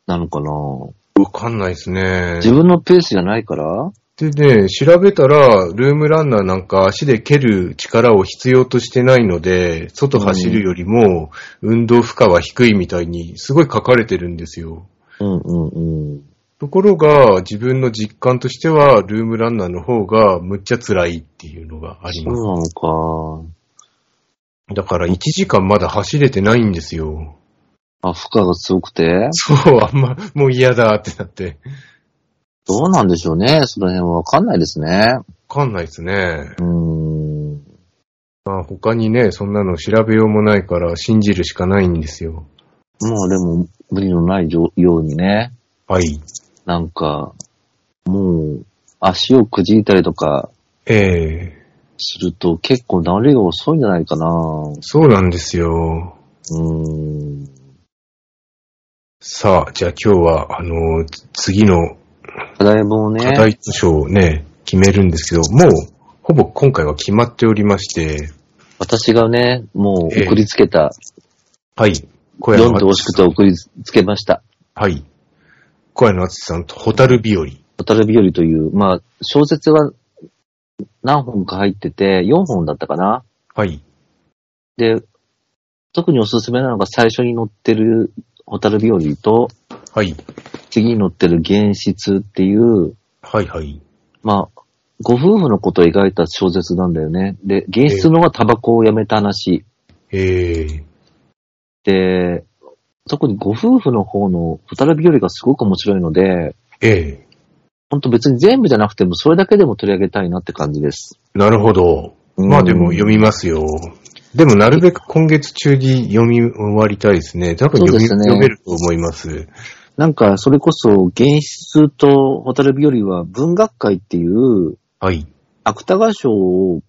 [SPEAKER 1] なのかな。
[SPEAKER 2] わかんないですね。
[SPEAKER 1] 自分のペースじゃないから
[SPEAKER 2] でね、調べたら、ルームランナーなんか足で蹴る力を必要としてないので、外走るよりも運動負荷は低いみたいに、すごい書かれてるんですよ。
[SPEAKER 1] うんうんうん。
[SPEAKER 2] ところが、自分の実感としては、ルームランナーの方がむっちゃ辛いっていうのがあり
[SPEAKER 1] そう
[SPEAKER 2] ます。
[SPEAKER 1] なのか。
[SPEAKER 2] だから1時間まだ走れてないんですよ。
[SPEAKER 1] あ、負荷が強くて
[SPEAKER 2] そう、あんま、もう嫌だってなって。
[SPEAKER 1] どうなんでしょうね。その辺はわかんないですね。
[SPEAKER 2] わかんないですね。
[SPEAKER 1] うーん。
[SPEAKER 2] まあ他にね、そんなの調べようもないから信じるしかないんですよ。
[SPEAKER 1] まあでも、無理のないようにね。
[SPEAKER 2] はい。
[SPEAKER 1] なんか、もう、足をくじいたりとか
[SPEAKER 2] ええ
[SPEAKER 1] すると結構治りが遅いんじゃないかな。う
[SPEAKER 2] そうなんですよ。
[SPEAKER 1] ーん。
[SPEAKER 2] さあ、じゃあ今日は、あの、つ次の
[SPEAKER 1] 課題もね。
[SPEAKER 2] 課題図書をね、決めるんですけど、もう、ほぼ今回は決まっておりまして、
[SPEAKER 1] 私がね、もう送りつけた、
[SPEAKER 2] はい。小
[SPEAKER 1] 読んで
[SPEAKER 2] の
[SPEAKER 1] ほしくて送りつけました。
[SPEAKER 2] はい。小屋の厚さんと、ホタル日和。
[SPEAKER 1] 渡る日和という、まあ、小説が何本か入ってて、4本だったかな。
[SPEAKER 2] はい。
[SPEAKER 1] で、特におすすめなのが最初に載ってるホタル日和と、
[SPEAKER 2] はい。
[SPEAKER 1] 次に載ってる原質っていう、
[SPEAKER 2] はい、はい。
[SPEAKER 1] まあ、ご夫婦のことを描いた小説なんだよね。で、原質の方がタバコをやめた話。
[SPEAKER 2] えー、
[SPEAKER 1] で、特にご夫婦の方のホタル日和がすごく面白いので、
[SPEAKER 2] え
[SPEAKER 1] 本当別に全部じゃなくても、それだけでも取り上げたいなって感じです。
[SPEAKER 2] ー、なるほど。まあでも読みますよ。でもなるべく今月中に読み終わりたいですね。多分読み、
[SPEAKER 1] そうですね
[SPEAKER 2] 読めると思います。
[SPEAKER 1] なんか、それこそ、原質とホタル日和は文学界っていう、
[SPEAKER 2] はい。
[SPEAKER 1] 芥川賞を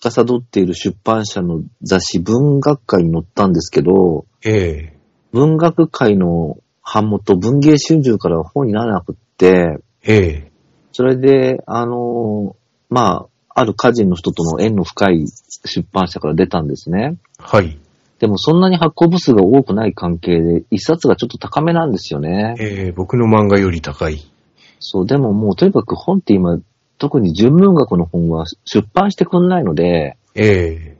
[SPEAKER 1] 司っている出版社の雑誌文学界に載ったんですけど、
[SPEAKER 2] え
[SPEAKER 1] 文学界の版元、文芸春秋からは本にならなくって、
[SPEAKER 2] ー、え
[SPEAKER 1] それで、あの、まあ、ある歌人の人との縁の深い出版社から出たんですね。
[SPEAKER 2] ー、はい。
[SPEAKER 1] でもそんなに発行部数が多くない関係で、一冊がちょっと高めなんですよね。
[SPEAKER 2] えー、僕の漫画より高い。
[SPEAKER 1] そう、でももうとにかく本って今、特に純文学の本は出版してくんないので、
[SPEAKER 2] ええ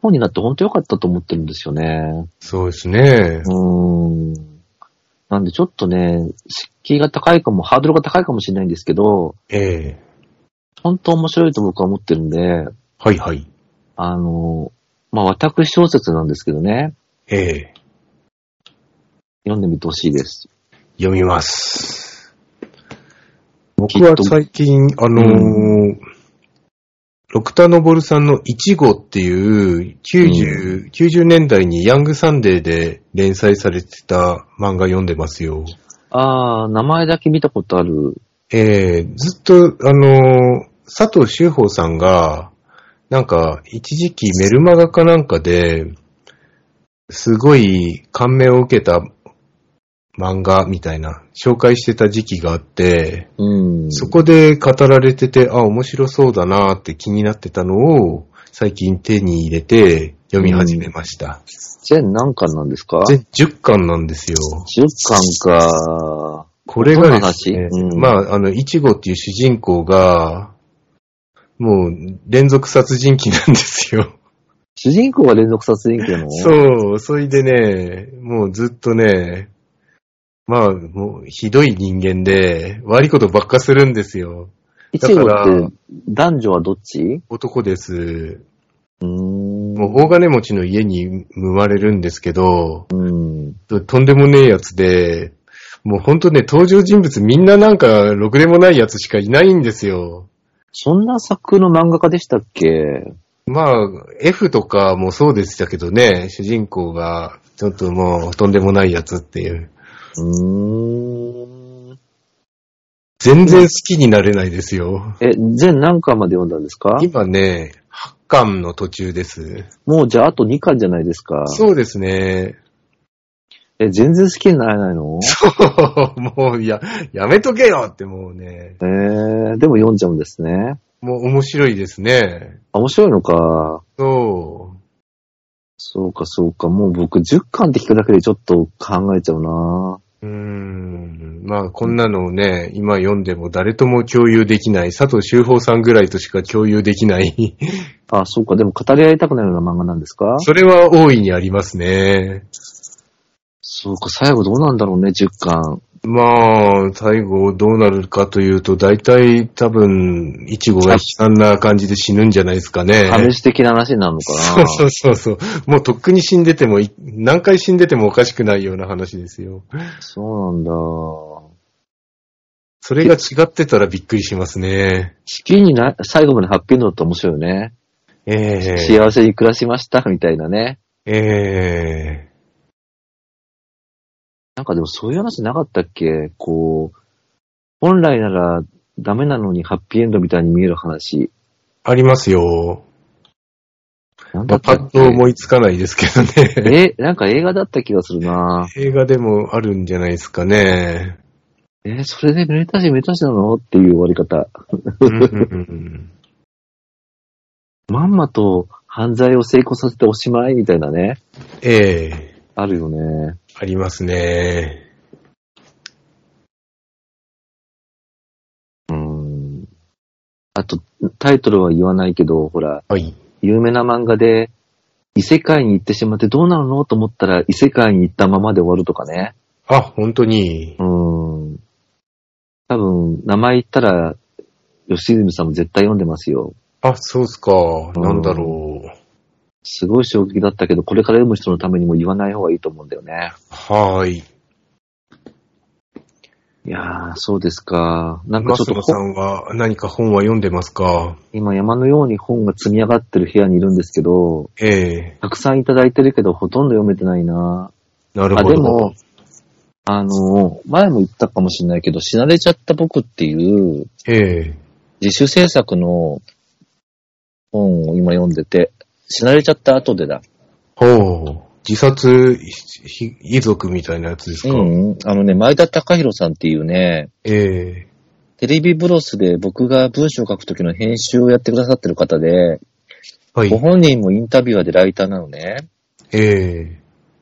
[SPEAKER 1] 本になって本当良かったと思ってるんですよね。
[SPEAKER 2] そうですね。
[SPEAKER 1] うーん。なんでちょっとね、敷居が高いかも、ハードルが高いかもしれないんですけど、
[SPEAKER 2] ええ
[SPEAKER 1] 本当面白いと僕は思ってるんで、
[SPEAKER 2] はいはい。
[SPEAKER 1] あの、まあ私小説なんですけどね、
[SPEAKER 2] ええ。
[SPEAKER 1] 読んでみてほしいです。
[SPEAKER 2] 読みます。
[SPEAKER 1] 僕
[SPEAKER 2] 僕は最近、あのードクターノボルさんのイチゴっていう90、90年代にヤングサンデーで連載されてた漫画読んでますよ。
[SPEAKER 1] ああ、名前だけ見たことある。
[SPEAKER 2] ええずっと、あのー佐藤修法さんが、なんか、一時期メルマガかなんかで、すごい感銘を受けた漫画みたいな、紹介してた時期があって、
[SPEAKER 1] うん。
[SPEAKER 2] そこで語られてて、あ、面白そうだなって気になってたのを、最近手に入れて読み始めました。
[SPEAKER 1] 全何巻なんですか
[SPEAKER 2] 全10巻なんですよ。
[SPEAKER 1] 10巻か。
[SPEAKER 2] これがです
[SPEAKER 1] どんな
[SPEAKER 2] ね、
[SPEAKER 1] 話うん
[SPEAKER 2] まあ、あの、イチゴっていう主人公が、もう連続殺人鬼なんですよ。
[SPEAKER 1] 主人公が連続殺人鬼なの
[SPEAKER 2] そう、それでね、もうずっとね、まあ、もうひどい人間で、悪いことばっかするんですよ。
[SPEAKER 1] 一応
[SPEAKER 2] だから
[SPEAKER 1] って男女はどっち
[SPEAKER 2] 男です。
[SPEAKER 1] うーん。
[SPEAKER 2] もう大金持ちの家に生まれるんですけど、
[SPEAKER 1] うん。
[SPEAKER 2] とんでもねえやつで、もうほんとね、登場人物みんななんか、ろくでもないやつしかいないんですよ。
[SPEAKER 1] そんな作風の漫画家でしたっけ
[SPEAKER 2] まあ、F とかもそうでしたけどね、主人公が、ちょっともう、とんでもないやつっていう。
[SPEAKER 1] うーん。
[SPEAKER 2] 全然好きになれないですよ。
[SPEAKER 1] え、全何巻まで読んだんですか
[SPEAKER 2] 今ね、8巻の途中です。
[SPEAKER 1] もうじゃああと2巻じゃないですか。
[SPEAKER 2] そうですね。
[SPEAKER 1] え、全然好きになれないの
[SPEAKER 2] もう、いや、やめとけよってもうね、
[SPEAKER 1] えー、でも読んじゃうんですね。
[SPEAKER 2] もう面白いですね。
[SPEAKER 1] あ面白いのか。
[SPEAKER 2] そう。
[SPEAKER 1] そうか、そうか。もう僕10巻って聞くだけでちょっと考えちゃうな
[SPEAKER 2] うーんまあ、こんなのをね、今読んでも誰とも共有できない、佐藤修法さんぐらいとしか共有できない、
[SPEAKER 1] あ、そうか。でも語り合いたくなるような漫画なんですか
[SPEAKER 2] それは大いにありますね。
[SPEAKER 1] そうか、最後どうなんだろうね、10巻。
[SPEAKER 2] まあ、最後どうなるかというと、大体多分、イチゴが悲惨な感じで死ぬんじゃないですかね。
[SPEAKER 1] 試し的な話になるのか
[SPEAKER 2] そうそうそうそう。もうとっくに死んでても、い何回死んでてもおかしくないような話ですよ。
[SPEAKER 1] な。そうなんだ。好
[SPEAKER 2] それが違ってたらびっくりしますね。
[SPEAKER 1] きにな、最後までハッピーエンドだって面白いよね。
[SPEAKER 2] ええ
[SPEAKER 1] 幸せに暮らしました、みたいなね。
[SPEAKER 2] ええ
[SPEAKER 1] なんかでもそういう話なかったっけこう、本来ならダメなのにハッピーエンドみたいに見える話。
[SPEAKER 2] ありますよ。
[SPEAKER 1] なん
[SPEAKER 2] ま
[SPEAKER 1] だ
[SPEAKER 2] あ、
[SPEAKER 1] っ
[SPEAKER 2] パ
[SPEAKER 1] たっ
[SPEAKER 2] ッ
[SPEAKER 1] け
[SPEAKER 2] と思いつかないですけど ね。
[SPEAKER 1] え、なんか映画だった気がするな
[SPEAKER 2] 映画でもあるんじゃないです かね。
[SPEAKER 1] え、それでめでたしめでたしなのっていう終わり方。
[SPEAKER 2] うん
[SPEAKER 1] まんまと犯罪を成功させておしまいみたいなね。
[SPEAKER 2] ええ
[SPEAKER 1] あるよね。
[SPEAKER 2] ありますね。
[SPEAKER 1] うーん。あと、タイトルは言わないけど、ほら、
[SPEAKER 2] はい。
[SPEAKER 1] 有名な漫画で、異世界に行ってしまってどうなるのと思ったら異世界に行ったままで終わるとかね。
[SPEAKER 2] あ、本当に
[SPEAKER 1] う。ーん。多分、名前言ったら、吉住さんも絶対読んでますよ。
[SPEAKER 2] あ、そうっすか。なんだろう。
[SPEAKER 1] すごい衝撃だったけど、これから読む人のためにも言わない方がいいと思うんだよね。
[SPEAKER 2] はーい。
[SPEAKER 1] いやー、そうですか。なんか
[SPEAKER 2] マ
[SPEAKER 1] ちょっ
[SPEAKER 2] ス
[SPEAKER 1] と
[SPEAKER 2] ノさんは何か本は読んでますか
[SPEAKER 1] 今山のように本が積み上がってる部屋にいるんですけど、
[SPEAKER 2] ええ
[SPEAKER 1] たくさんいただいてるけど、ほとんど読めてないな
[SPEAKER 2] なる
[SPEAKER 1] あ、
[SPEAKER 2] ほ
[SPEAKER 1] で
[SPEAKER 2] ど
[SPEAKER 1] も。、あの、前も言ったかもしれないけど、死なれちゃった僕っていう
[SPEAKER 2] ええ
[SPEAKER 1] 自主制作の本を今読んでて、死なれちゃった後でだ。
[SPEAKER 2] ほう。自殺ひ遺族みたいなやつです
[SPEAKER 1] う
[SPEAKER 2] か、
[SPEAKER 1] ん。あのね、前田隆弘さんっていうね、
[SPEAKER 2] ええ
[SPEAKER 1] テレビブロスで僕が文章を書くときの編集をやってくださってる方で、
[SPEAKER 2] は
[SPEAKER 1] ご
[SPEAKER 2] い。
[SPEAKER 1] 本人もインタビュアーでライターなのね。
[SPEAKER 2] え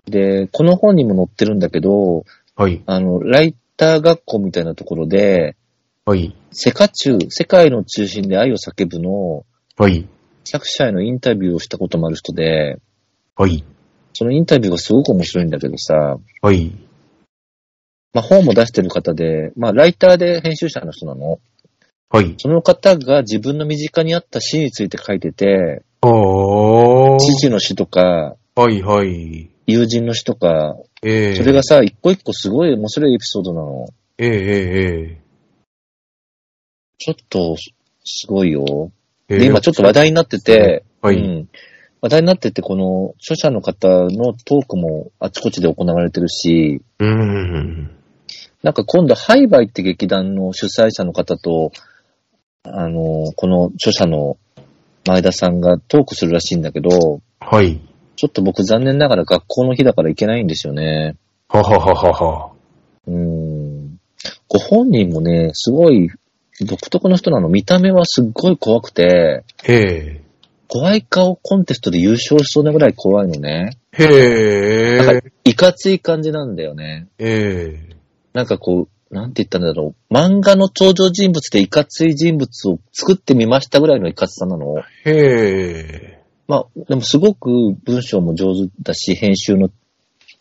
[SPEAKER 2] え
[SPEAKER 1] で、この本にも載ってるんだけど、
[SPEAKER 2] はい。
[SPEAKER 1] あの、ライター学校みたいなところで、
[SPEAKER 2] はい。
[SPEAKER 1] 世界中、世界の中心で愛を叫ぶの
[SPEAKER 2] はい。
[SPEAKER 1] 作者へのインタビューをしたこともある人で、
[SPEAKER 2] はい。
[SPEAKER 1] そのインタビューがすごく面白いんだけどさ、
[SPEAKER 2] はい。
[SPEAKER 1] まあ本も出してる方で、まあライターで編集者の人なの。
[SPEAKER 2] はい。
[SPEAKER 1] その方が自分の身近にあった死について書いてて、
[SPEAKER 2] ああ。
[SPEAKER 1] 知事の死とか、
[SPEAKER 2] はいはい。
[SPEAKER 1] 友人の死とか、
[SPEAKER 2] ええ
[SPEAKER 1] それがさ、一個一個すごい面白いエピソードなの。
[SPEAKER 2] えええ
[SPEAKER 1] ちょっと、すごいよ。
[SPEAKER 2] えええ
[SPEAKER 1] で、今ちょっと話題になってて、
[SPEAKER 2] は
[SPEAKER 1] う
[SPEAKER 2] い。
[SPEAKER 1] ん、話題になってて、この著者の方のトークもあちこちで行われてるし、
[SPEAKER 2] うん。
[SPEAKER 1] なんか今度、ハイバイって劇団の主催者の方と、あの、この著者の前田さんがトークするらしいんだけど、
[SPEAKER 2] はい。
[SPEAKER 1] ちょっと僕残念ながら学校の日だから行けないんですよね。
[SPEAKER 2] ははははは。
[SPEAKER 1] うん。ご本人もね、すごい独特の人なの。見た目はすっごい怖くて、
[SPEAKER 2] え
[SPEAKER 1] 怖い顔コンテストで優勝しそうなぐらい怖いのね。
[SPEAKER 2] えへ
[SPEAKER 1] なん
[SPEAKER 2] え
[SPEAKER 1] か、いかつい感じなんだよね。
[SPEAKER 2] ええ
[SPEAKER 1] なんかこう、なんて言ったんだろう。漫画の登場人物でいかつい人物を作ってみましたぐらいのいかつさなの。
[SPEAKER 2] へえ
[SPEAKER 1] まあ、でもすごく文章も上手だし、編集の、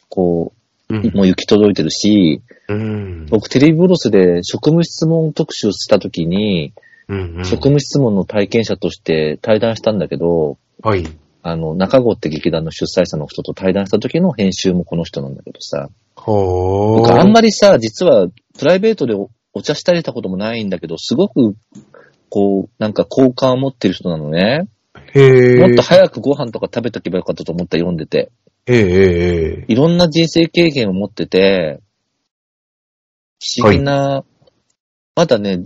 [SPEAKER 1] こ
[SPEAKER 2] う
[SPEAKER 1] う、も
[SPEAKER 2] ん。
[SPEAKER 1] う行き届いてるし、
[SPEAKER 2] うん。
[SPEAKER 1] 僕、テレビブロスで職務質問特集をしたときに、
[SPEAKER 2] うん。
[SPEAKER 1] 職務質問の体験者として対談したんだけど、
[SPEAKER 2] はい。
[SPEAKER 1] あの、中郷って劇団の主催者の人と対談した時の編集もこの人なんだけどさ、
[SPEAKER 2] ほ
[SPEAKER 1] 僕あんま
[SPEAKER 2] り。
[SPEAKER 1] りさ、実はプライベートでおお茶したりしたこともないんだけど、すごく、こう、なんか好感を持ってる人なのね。
[SPEAKER 2] へえ
[SPEAKER 1] もっと早くご飯とか食べとけばよかったと思った読んでて。
[SPEAKER 2] ええええ
[SPEAKER 1] いろんな人生経験を持ってて、不思議な、まだね、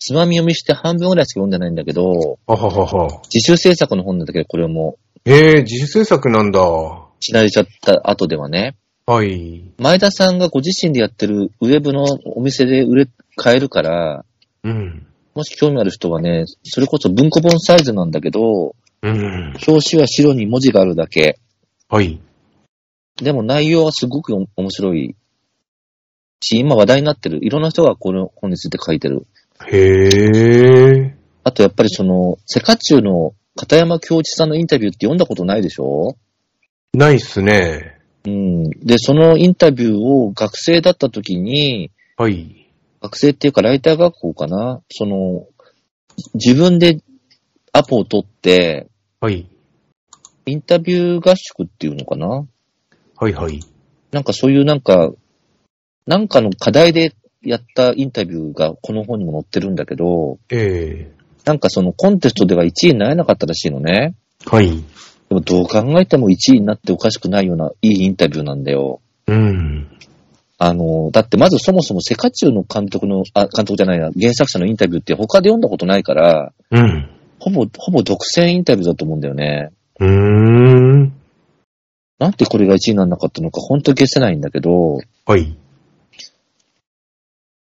[SPEAKER 1] つまみ読みして半分ぐらいしか読んでないんだけど、
[SPEAKER 2] はははは。
[SPEAKER 1] 自主制作の本なんだけど、これも、
[SPEAKER 2] ええ自主制作なんだ。は
[SPEAKER 1] しなれちゃった後ではね、
[SPEAKER 2] い。
[SPEAKER 1] 前田さんがご自身でやってるウェブのお店で売れ、買えるから、
[SPEAKER 2] うん。
[SPEAKER 1] もし興味ある人はね、それこそ文庫本サイズなんだけど、
[SPEAKER 2] うん。
[SPEAKER 1] 表紙は白に文字があるだけ。
[SPEAKER 2] はい。
[SPEAKER 1] でも内容はすごくお面白いし、今話題になってる。いろんな人がこの本について書いてる。
[SPEAKER 2] へえ。
[SPEAKER 1] あとやっぱりその、セカチュウの片山教一さんのインタビューって読んだことないでしょ
[SPEAKER 2] ないっすね。
[SPEAKER 1] うん。で、そのインタビューを学生だった時に、
[SPEAKER 2] はい。
[SPEAKER 1] 学生っていうかライター学校かなその、自分でアポを取って、
[SPEAKER 2] はい。
[SPEAKER 1] インタビュー合宿っていうのかな
[SPEAKER 2] はいはい。
[SPEAKER 1] なんかそういうなんか、なんかの課題でやったインタビューがこの本にも載ってるんだけど、
[SPEAKER 2] ええ
[SPEAKER 1] なんかそのコンテストでは1位になれなかったらしいのね。
[SPEAKER 2] はい。
[SPEAKER 1] でもどう考えても1位になっておかしくないようないいインタビューなんだよ。
[SPEAKER 2] うん。
[SPEAKER 1] あの、だってまずそもそもセカチュウの監督の、あ、監督じゃないな、原作者のインタビューって他で読んだことないから、
[SPEAKER 2] うん。
[SPEAKER 1] ほぼ、ほぼ独占インタビューだと思うんだよね。
[SPEAKER 2] うーん。
[SPEAKER 1] なんでこれが1位にならなかったのか本当に消せないんだけど、
[SPEAKER 2] はい。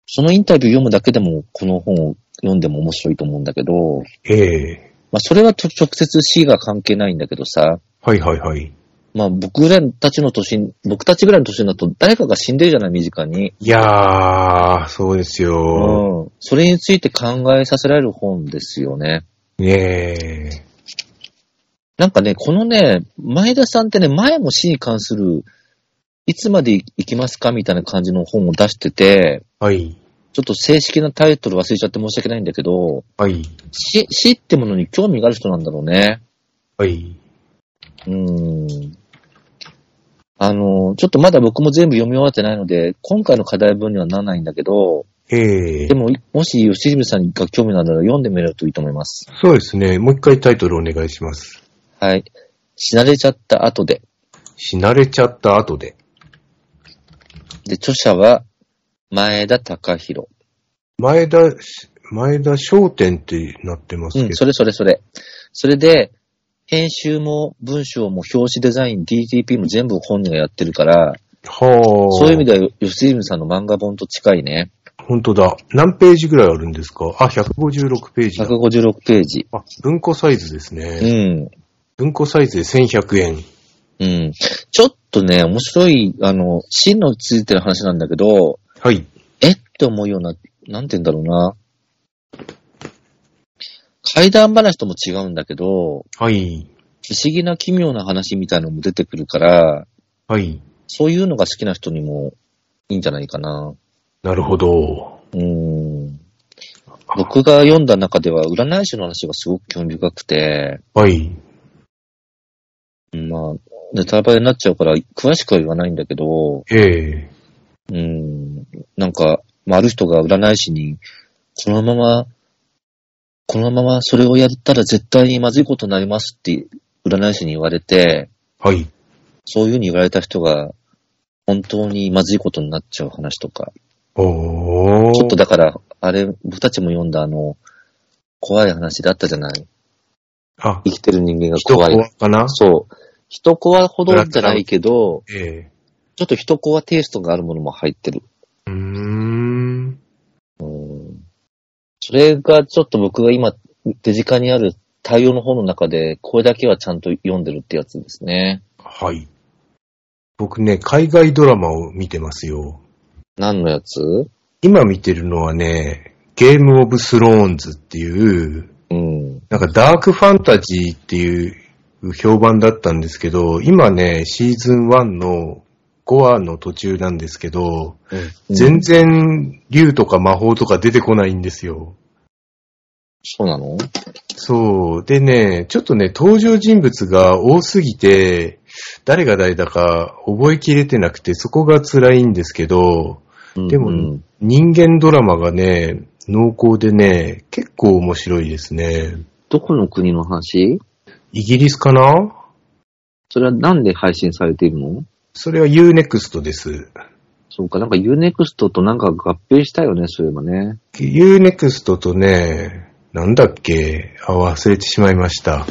[SPEAKER 1] そのインタビュー読むだけでもこの本を読んでも面白いと思うんだけど、
[SPEAKER 2] ええ
[SPEAKER 1] まあそれはと直接 C が関係ないんだけどさ、
[SPEAKER 2] はいはいはい。
[SPEAKER 1] まあ僕ぐらいたちの年、僕たちぐらいの年だと誰かが死んでるじゃない、身近に。
[SPEAKER 2] いやー、そうですよ。
[SPEAKER 1] うん。それについて考えさせられる本ですよね。
[SPEAKER 2] ねえ。
[SPEAKER 1] なんかね、このね、前田さんってね、前も死に関する、いつまで行きますかみたいな感じの本を出してて、
[SPEAKER 2] はい。
[SPEAKER 1] ちょっと正式なタイトル忘れちゃって申し訳ないんだけど、
[SPEAKER 2] はい。
[SPEAKER 1] 死、死ってものに興味がある人なんだろうね。
[SPEAKER 2] はい。
[SPEAKER 1] うーん。あの、ちょっとまだ僕も全部読み終わってないので、今回の課題文にはならないんだけど、
[SPEAKER 2] ええ
[SPEAKER 1] でも、もし吉住さんが興味のあるなら読んでみるといいと思います。
[SPEAKER 2] そうですね。もう一回タイトルお願いします。
[SPEAKER 1] はい。死なれちゃった後で。
[SPEAKER 2] 死なれちゃった後で。
[SPEAKER 1] で、著者は、前田隆弘。
[SPEAKER 2] 前田、前田商店ってなってます
[SPEAKER 1] う
[SPEAKER 2] け
[SPEAKER 1] ん、そ
[SPEAKER 2] ど。
[SPEAKER 1] れそれそれ。それで、編集も文章も表紙デザイン、DTP も全部本人がやってるから、
[SPEAKER 2] はあ。
[SPEAKER 1] そういう意味では吉住さんの漫画本と近いね。
[SPEAKER 2] 本当だ。何ページぐらいあるんですかあ、156ページだ。
[SPEAKER 1] 156ページ。
[SPEAKER 2] あ、文庫サイズですね。
[SPEAKER 1] うん。
[SPEAKER 2] 文庫サイズで1100円。
[SPEAKER 1] うん。ちょっとね、面白い、あの、真のついてる話なんだけど、
[SPEAKER 2] はい。
[SPEAKER 1] えって思うような、なんて言うんだろうな。怪談話とも違うんだけど、
[SPEAKER 2] はい。
[SPEAKER 1] 不思議な奇妙な話みたいのも出てくるから、
[SPEAKER 2] はい。
[SPEAKER 1] そういうのが好きな人にもいいんじゃないかな。
[SPEAKER 2] なるほど。
[SPEAKER 1] うーん。僕が読んだ中では占い師の話がすごく興味深くて、
[SPEAKER 2] はい。
[SPEAKER 1] まあ、ネタバレになっちゃうから、詳しくは言わないんだけど、
[SPEAKER 2] ええ
[SPEAKER 1] うん、なんか、まあ、ある人が占い師に、このまま、このままそれをやったら絶対にまずいことになりますって占い師に言われて、
[SPEAKER 2] はい。
[SPEAKER 1] そういうふうに言われた人が、本当にまずいことになっちゃう話とか。
[SPEAKER 2] おー。
[SPEAKER 1] ちょっとだから、あれ、僕たちも読んだあの、怖い話だったじゃない
[SPEAKER 2] あ、
[SPEAKER 1] 生きてる人間が
[SPEAKER 2] 人
[SPEAKER 1] 怖い。
[SPEAKER 2] 怖かな
[SPEAKER 1] そう。人コアほどじゃないけど、
[SPEAKER 2] ええ
[SPEAKER 1] ちょっと人コアテイストがあるものも入ってる。
[SPEAKER 2] うーん。
[SPEAKER 1] うんそれがちょっと僕が今、手近にある対応の本の中で、これだけはちゃんと読んでるってやつですね。
[SPEAKER 2] はい。僕ね、海外ドラマを見てますよ。
[SPEAKER 1] 何のやつ
[SPEAKER 2] 今見てるのはね、ゲームオブスローンズっていう、
[SPEAKER 1] うん。
[SPEAKER 2] なんかダークファンタジーっていう評判だったんですけど、今ね、シーズン1の5話の途中なんですけど、全然竜とか魔法とか出てこないんですよ。
[SPEAKER 1] そうなの
[SPEAKER 2] そう。でね、ちょっとね、登場人物が多すぎて、誰が誰だか覚えきれてなくて、そこが辛いんですけど、でも
[SPEAKER 1] うん
[SPEAKER 2] 人間ドラマがね、濃厚でね、結構面白いですね。
[SPEAKER 1] どこの国の話
[SPEAKER 2] イギリスかな
[SPEAKER 1] それはなんで配信されているの
[SPEAKER 2] それは Unext です。
[SPEAKER 1] そうか、なんか Unext となんか合併したよね、そういえばね。
[SPEAKER 2] Unext とね、なんだっけあ、忘れてしまいました。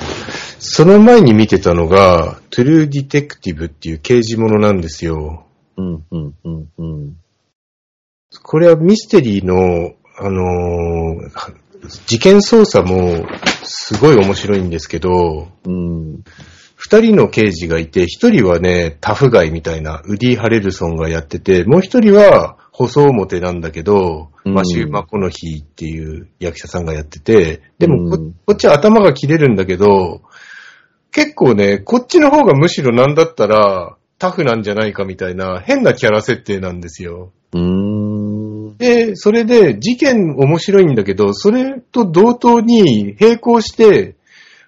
[SPEAKER 2] その前に見てたのが、True Detective っていう刑事ものなんですよ。
[SPEAKER 1] うん、うん、うん、うん。
[SPEAKER 2] これはミステリーの、あのーは事件捜査もすごい面白いんですけど、
[SPEAKER 1] うん、
[SPEAKER 2] 二人の刑事がいて、一人はね、タフガイみたいな、ウディ・ハレルソンがやってて、もう一人は、細表なんだけど、
[SPEAKER 1] うん
[SPEAKER 2] マシュー・マコノヒーっていう役者さんがやってて、でもこ、
[SPEAKER 1] うん
[SPEAKER 2] こっちは頭が切れるんだけど、結構ね、こっちの方がむしろなんだったら、タフなんじゃないかみたいな、変なキャラ設定なんですよ。
[SPEAKER 1] うーん。
[SPEAKER 2] で、それで事件面白いんだけど、それと同等に並行して、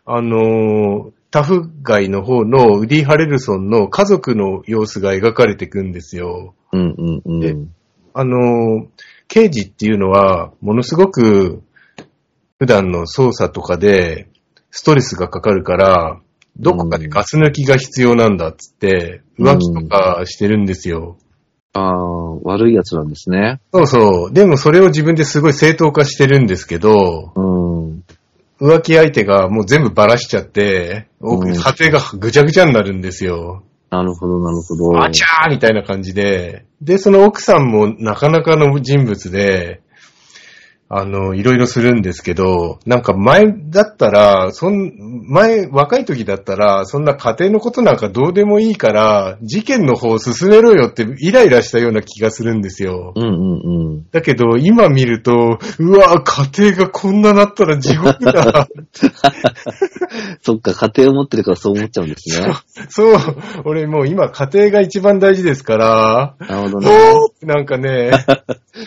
[SPEAKER 2] あのータフガイの方のウディ・ハレルソンの家族の様子が描かれていくんですよ。
[SPEAKER 1] うん、うん、うん。
[SPEAKER 2] であのー刑事っていうのは、ものすごく普段の捜査とかでストレスがかかるから、どこかでガス抜きが必要なんだっつって、浮気とかしてるんですよ。
[SPEAKER 1] ああ、悪いやつなんですね。
[SPEAKER 2] そうそう。でもそれを自分ですごい正当化してるんですけど、
[SPEAKER 1] うん。
[SPEAKER 2] 浮気相手がもう全部バラしちゃって、
[SPEAKER 1] うん
[SPEAKER 2] 家庭がぐちゃぐちゃになるんですよ。
[SPEAKER 1] なるほど、なるほど。
[SPEAKER 2] あちゃーみたいな感じで。で、その奥さんもなかなかの人物で、あの、いろいろするんですけど、なんか前だったら、そん、前、若い時だったら、そんな家庭のことなんかどうでもいいから、事件の方を進めろよってイライラしたような気がするんですよ。
[SPEAKER 1] うんうんうん。
[SPEAKER 2] だけど、今見ると、うわ家庭がこんななったら地獄だ。
[SPEAKER 1] そっか、家庭を持ってるからそう思っちゃうんですね。
[SPEAKER 2] そう、俺もう今家庭が一番大事ですから、
[SPEAKER 1] なるほどね。
[SPEAKER 2] おーなんかね、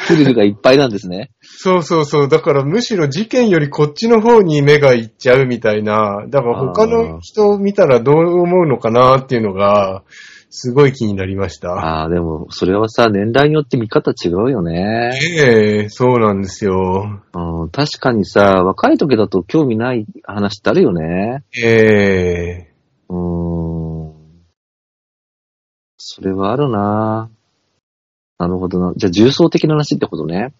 [SPEAKER 1] スリルがいっぱいなんですね。
[SPEAKER 2] そうそうそう、だからむしろ事件よりこっちの方に目がいっちゃうみたいな、だから他
[SPEAKER 1] あー
[SPEAKER 2] の人を見たらどう思うのかなっていうのが、すごい気になりました。
[SPEAKER 1] ああ、でも、それはさ、年代によって見方違うよね。
[SPEAKER 2] ええそうなんですよ。
[SPEAKER 1] うん、確かにさ、若い時だと興味ない話ってあるよね。
[SPEAKER 2] ええ
[SPEAKER 1] うーん。それはあるななるほどな。じゃあ、重層的な話ってことね。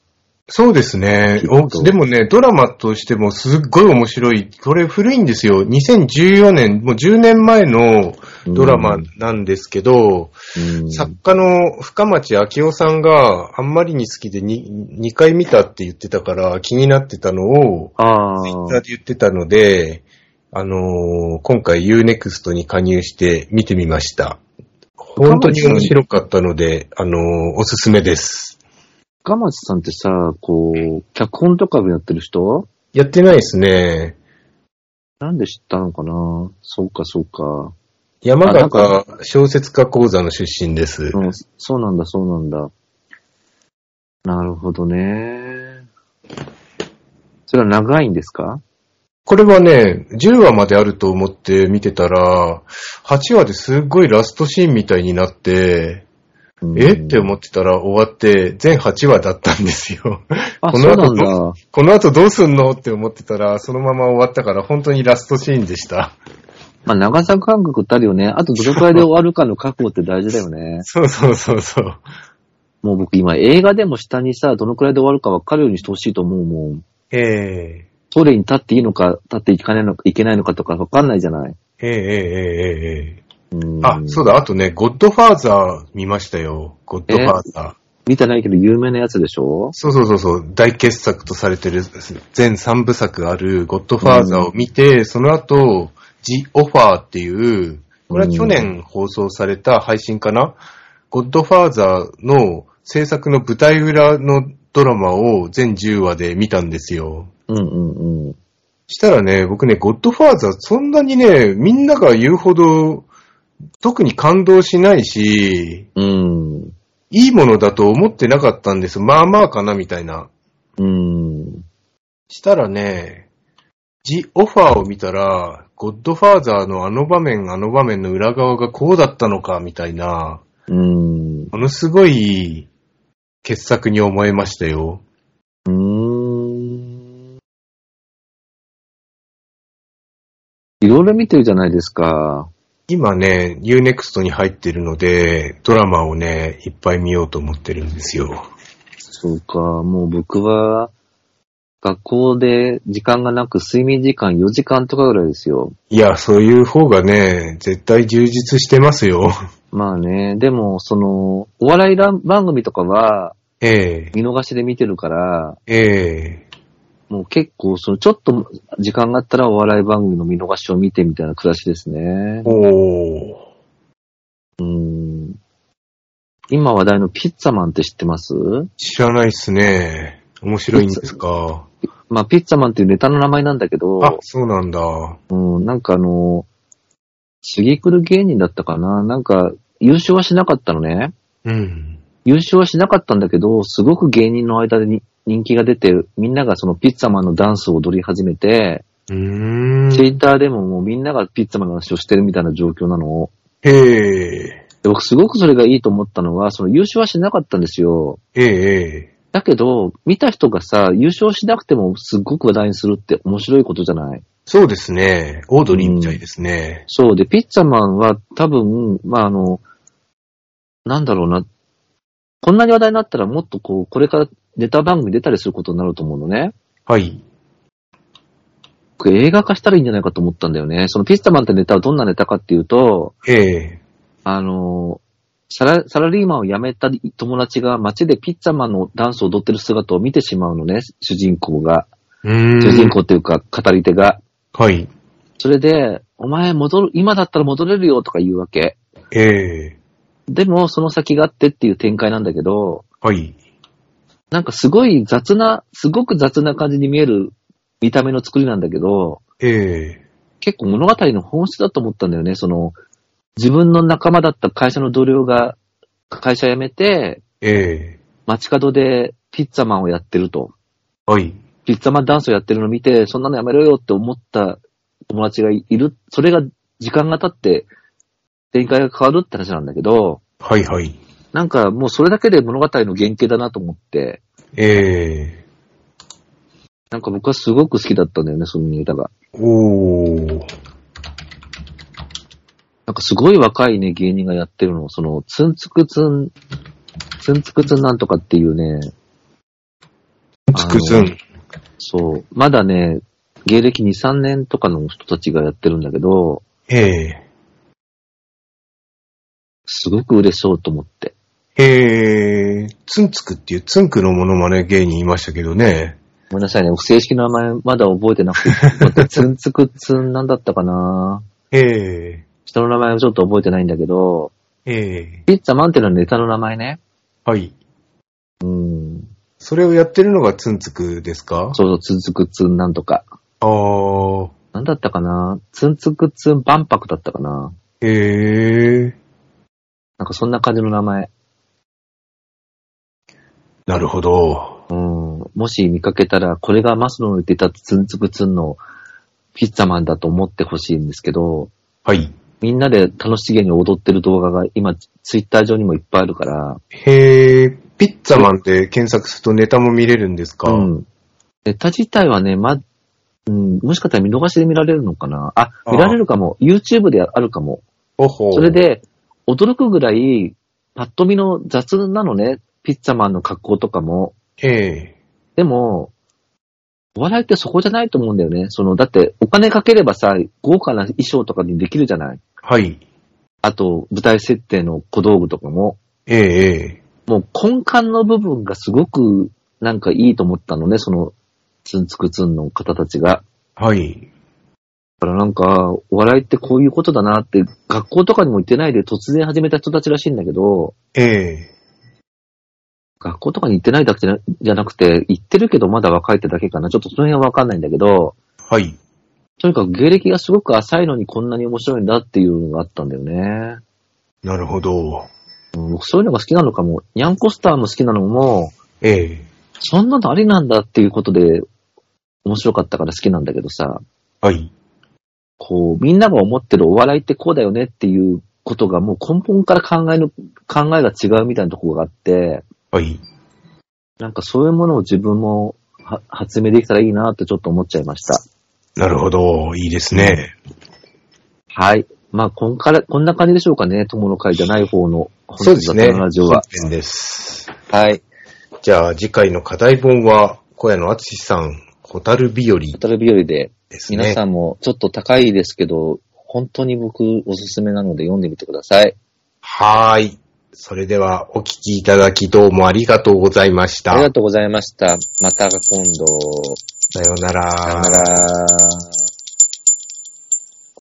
[SPEAKER 2] そうですねおでもね、ドラマとしてもすっごい面白い。これ古いんですよ。2014年、もう10年前のドラマ
[SPEAKER 1] うん
[SPEAKER 2] なんですけど、
[SPEAKER 1] うん
[SPEAKER 2] 作家の深町明夫さんがあんまりに好きで 2, 2回見たって言ってたから気になってたのを、
[SPEAKER 1] ああ
[SPEAKER 2] ツイッターで言ってたので、あのー今回 UNEXT に加入して見てみました。本当に面白かったので、あのーおすすめです。
[SPEAKER 1] 深町さんってさ、こう、脚本とかもやってる人
[SPEAKER 2] やってないですね。
[SPEAKER 1] なんで知ったのかなそうか、そうか。
[SPEAKER 2] 山
[SPEAKER 1] あなんか
[SPEAKER 2] 形小説家講座の出身です。
[SPEAKER 1] うん、そうなんだ、そうなんだ。なるほどね。それは長いんですか
[SPEAKER 2] これはね、10話まであると思って見てたら、8話ですっごいラストシーンみたいになって、えって思ってたら終わって、全8話だったんですよ。
[SPEAKER 1] あ、
[SPEAKER 2] こ
[SPEAKER 1] そう
[SPEAKER 2] の後
[SPEAKER 1] なんだ。
[SPEAKER 2] この後どうすんのって思ってたら、そのまま終わったから本当にラストシーンでした。
[SPEAKER 1] まあ、長さ感覚ってあるよね。あとどれくらいで終わるかの覚悟って大事だよね。
[SPEAKER 2] そうそうそうそう。
[SPEAKER 1] もう僕今映画でも下にさ、どのくらいで終わるか分かるようにしてほしいと思うもん。
[SPEAKER 2] ええ
[SPEAKER 1] トイレに立っていいのか、立っていかないのか、いけないのかとか分かんないじゃない。
[SPEAKER 2] ええええええ
[SPEAKER 1] うん
[SPEAKER 2] あ、そうだ、あとね、ゴッドファーザー見ましたよ。ゴッドファーザー。
[SPEAKER 1] 見てないけど有名なやつでしょ
[SPEAKER 2] そうそうそうそう、大傑作とされてる全3部作あるゴッドファーザーを見て、その後、ジ・オファーっていう、これは去年放送された配信かな、ゴッドファーザーの制作の舞台裏のドラマを全10話で見たんですよ。
[SPEAKER 1] うんうんうん。
[SPEAKER 2] したらね、僕ね、ゴッドファーザーそんなにね、みんなが言うほど、特に感動しないし、
[SPEAKER 1] うん。
[SPEAKER 2] いいものだと思ってなかったんです。まあまあかな、みたいな。
[SPEAKER 1] うん。
[SPEAKER 2] したらね、ジ・オファーを見たら、ゴッドファーザーのあの場面、あの場面の裏側がこうだったのか、みたいな、
[SPEAKER 1] うん。
[SPEAKER 2] ものすごい傑作に思えましたよ。
[SPEAKER 1] うん。いろいろ見てるじゃないですか。
[SPEAKER 2] 今ね、UNEXT に入ってるので、ドラマをね、いっぱい見ようと思ってるんですよ。
[SPEAKER 1] そうか、もう僕は、学校で時間がなく、睡眠時間4時間とかぐらいですよ。
[SPEAKER 2] いや、そういう方がね、絶対充実してますよ。
[SPEAKER 1] まあね、でも、その、お笑いらん番組とかは、
[SPEAKER 2] ええ
[SPEAKER 1] 見逃しで見てるから、
[SPEAKER 2] ええ
[SPEAKER 1] もう結構、その、ちょっと時間があったらお笑い番組の見逃しを見てみたいな暮らしですね。
[SPEAKER 2] おー。
[SPEAKER 1] うん。今話題のピッツァマンって知ってます
[SPEAKER 2] 知らないっすね。面白いんですか。
[SPEAKER 1] まあ、ピッツァマンっていうネタの名前なんだけど、
[SPEAKER 2] あ、そうなんだ。
[SPEAKER 1] うん、なんかあの、次来る芸人だったかななんか、優勝はしなかったのね。
[SPEAKER 2] うん。
[SPEAKER 1] 優勝はしなかったんだけど、すごく芸人の間でに人気が出て、みんながそのピッツァマンのダンスを踊り始めて、
[SPEAKER 2] うーん
[SPEAKER 1] ツイッターでももうみんながピッツァマンの話をしてるみたいな状況なの。
[SPEAKER 2] へえ。
[SPEAKER 1] で僕すごくそれがいいと思ったのは、その優勝はしなかったんですよ。
[SPEAKER 2] ええ。
[SPEAKER 1] だけど、見た人がさ、優勝しなくてもすっごく話題にするって面白いことじゃない
[SPEAKER 2] そうですね。オードリーみたいですね。
[SPEAKER 1] そう。で、ピッツァマンは多分、まあ、あの、なんだろうな。こんなに話題になったらもっとこう、これからネタ番組出たりすることになると思うのね。
[SPEAKER 2] はい。
[SPEAKER 1] 僕映画化したらいいんじゃないかと思ったんだよね。そのピッツァマンってネタはどんなネタかっていうと、
[SPEAKER 2] ええ。
[SPEAKER 1] あの、サラサラリーマンを辞めた友達が街でピッツァマンのダンスを踊ってる姿を見てしまうのね、主人公が。
[SPEAKER 2] うーん。
[SPEAKER 1] 主人公というか、語り手が。
[SPEAKER 2] はい。
[SPEAKER 1] それで、お前戻る、今だったら戻れるよとか言うわけ。
[SPEAKER 2] ええ。
[SPEAKER 1] でも、その先があってっていう展開なんだけど、
[SPEAKER 2] はい。
[SPEAKER 1] なんかすごい雑な、すごく雑な感じに見える見た目の作りなんだけど、
[SPEAKER 2] ええ。
[SPEAKER 1] 結構物語の本質だと思ったんだよね。その、自分の仲間だった会社の同僚が会社辞めて、
[SPEAKER 2] ええ。
[SPEAKER 1] 街角でピッツァマンをやってると。
[SPEAKER 2] はい。
[SPEAKER 1] ピッツァマンダンスをやってるのを見て、そんなのやめろよって思った友達がいる。それが時間が経って展開が変わるって話なんだけど、
[SPEAKER 2] はいはい。
[SPEAKER 1] なんかもうそれだけで物語の原型だなと思って、
[SPEAKER 2] ええ。
[SPEAKER 1] なんか僕はすごく好きだったんだよね、そのネタが。
[SPEAKER 2] おー。
[SPEAKER 1] なんかすごい若いね、芸人がやってるの。その、ツンツクツン、ツンツクツンなんとかっていうね、
[SPEAKER 2] つくず
[SPEAKER 1] あの
[SPEAKER 2] ん。
[SPEAKER 1] そう、まだね、芸歴2、3年とかの人たちがやってるんだけど、
[SPEAKER 2] ええ。
[SPEAKER 1] すごく嬉しそうと思って。
[SPEAKER 2] ええ。つんつくっていうつんくのモノマネ芸人いましたけどね。
[SPEAKER 1] ごめんなさいね、正式な名前まだ覚えてなくて、待ってツンツクツンなんだったかな
[SPEAKER 2] ええ。
[SPEAKER 1] 人の名前をちょっと覚えてないんだけど、
[SPEAKER 2] ええ。
[SPEAKER 1] ピッツァマンっていうのはネタの名前ね。
[SPEAKER 2] はい。
[SPEAKER 1] うん。
[SPEAKER 2] それをやってるのがつんつくですか
[SPEAKER 1] そうそう、ツンツクツンなんとか。
[SPEAKER 2] ああ。
[SPEAKER 1] なんだったかなツンツクツン万博だったかな
[SPEAKER 2] ええ
[SPEAKER 1] なんかそんな感じの名前。
[SPEAKER 2] なるほど。
[SPEAKER 1] うん。もし見かけたら、これがマスローの言ってたツンツクツンのピッツァマンだと思ってほしいんですけど、
[SPEAKER 2] はい。
[SPEAKER 1] みんなで楽しげに踊ってる動画が今、ツイッター上にもいっぱいあるから、
[SPEAKER 2] へー、ピッツァマンって検索するとネタも見れるんですか、
[SPEAKER 1] うん。ネタ自体はね、ま、うん、もしかしたら見逃しで見られるのかなあ、
[SPEAKER 2] あー
[SPEAKER 1] 見られるかも。YouTube であるかも。
[SPEAKER 2] おほ
[SPEAKER 1] それ、で、驚くぐらい、パッと見の雑なのね、ピッツァマンの格好とかも。
[SPEAKER 2] え
[SPEAKER 1] でも、お笑いってそこじゃないと思うんだよね。その、だって、お金かければさ、豪華な衣装とかにできるじゃない。
[SPEAKER 2] はい。
[SPEAKER 1] あと、舞台設定の小道具とかも。
[SPEAKER 2] えええ
[SPEAKER 1] もう根幹の部分がすごく、なんかいいと思ったのね、その、ツンツクツンの方たちが。
[SPEAKER 2] えはい。
[SPEAKER 1] だからなんか、お笑いってこういうことだなって、学校とかにも行ってないで突然始めた人たちらしいんだけど、
[SPEAKER 2] ええ
[SPEAKER 1] 学校とかに行ってないだけじゃじゃなくて、行ってるけどまだ若いってだけかな。ちょっとその辺はわかんないんだけど、
[SPEAKER 2] はい。
[SPEAKER 1] とにかく芸歴がすごく浅いのにこんなに面白いんだっていうのがあったんだよね。
[SPEAKER 2] なるほど。
[SPEAKER 1] うん僕そういうのが好きなのかも。ニャンコスターも好きなのも、
[SPEAKER 2] ええ
[SPEAKER 1] そんなのありなんだっていうことで、面白かったから好きなんだけどさ、
[SPEAKER 2] はい。
[SPEAKER 1] こう、みんなが思ってるお笑いってこうだよねっていうことがもう根本から考えの、考えが違うみたいなところがあって、
[SPEAKER 2] はい。
[SPEAKER 1] なんかそういうものを自分もは発明できたらいいなってちょっと思っちゃいました。
[SPEAKER 2] なるほど。いいですね。
[SPEAKER 1] はい。まあ、こんから、こんな感じでしょうかね。友の会じゃない方の、
[SPEAKER 2] そうですね。
[SPEAKER 1] 本日のラジオ は。
[SPEAKER 2] 本編です。
[SPEAKER 1] はい。
[SPEAKER 2] じゃあ次回の課題本は、小屋の厚さん、ホタル日和
[SPEAKER 1] ホタル日和で、
[SPEAKER 2] ですね。
[SPEAKER 1] 皆さんもちょっと高いですけど、本当に僕おすすめなので読んでみてください。
[SPEAKER 2] はーい。それではお聞きいただきどうもありがとうございまし
[SPEAKER 1] あ
[SPEAKER 2] た。
[SPEAKER 1] りがとうございました。また今度、
[SPEAKER 2] さようなら。
[SPEAKER 1] さよなら。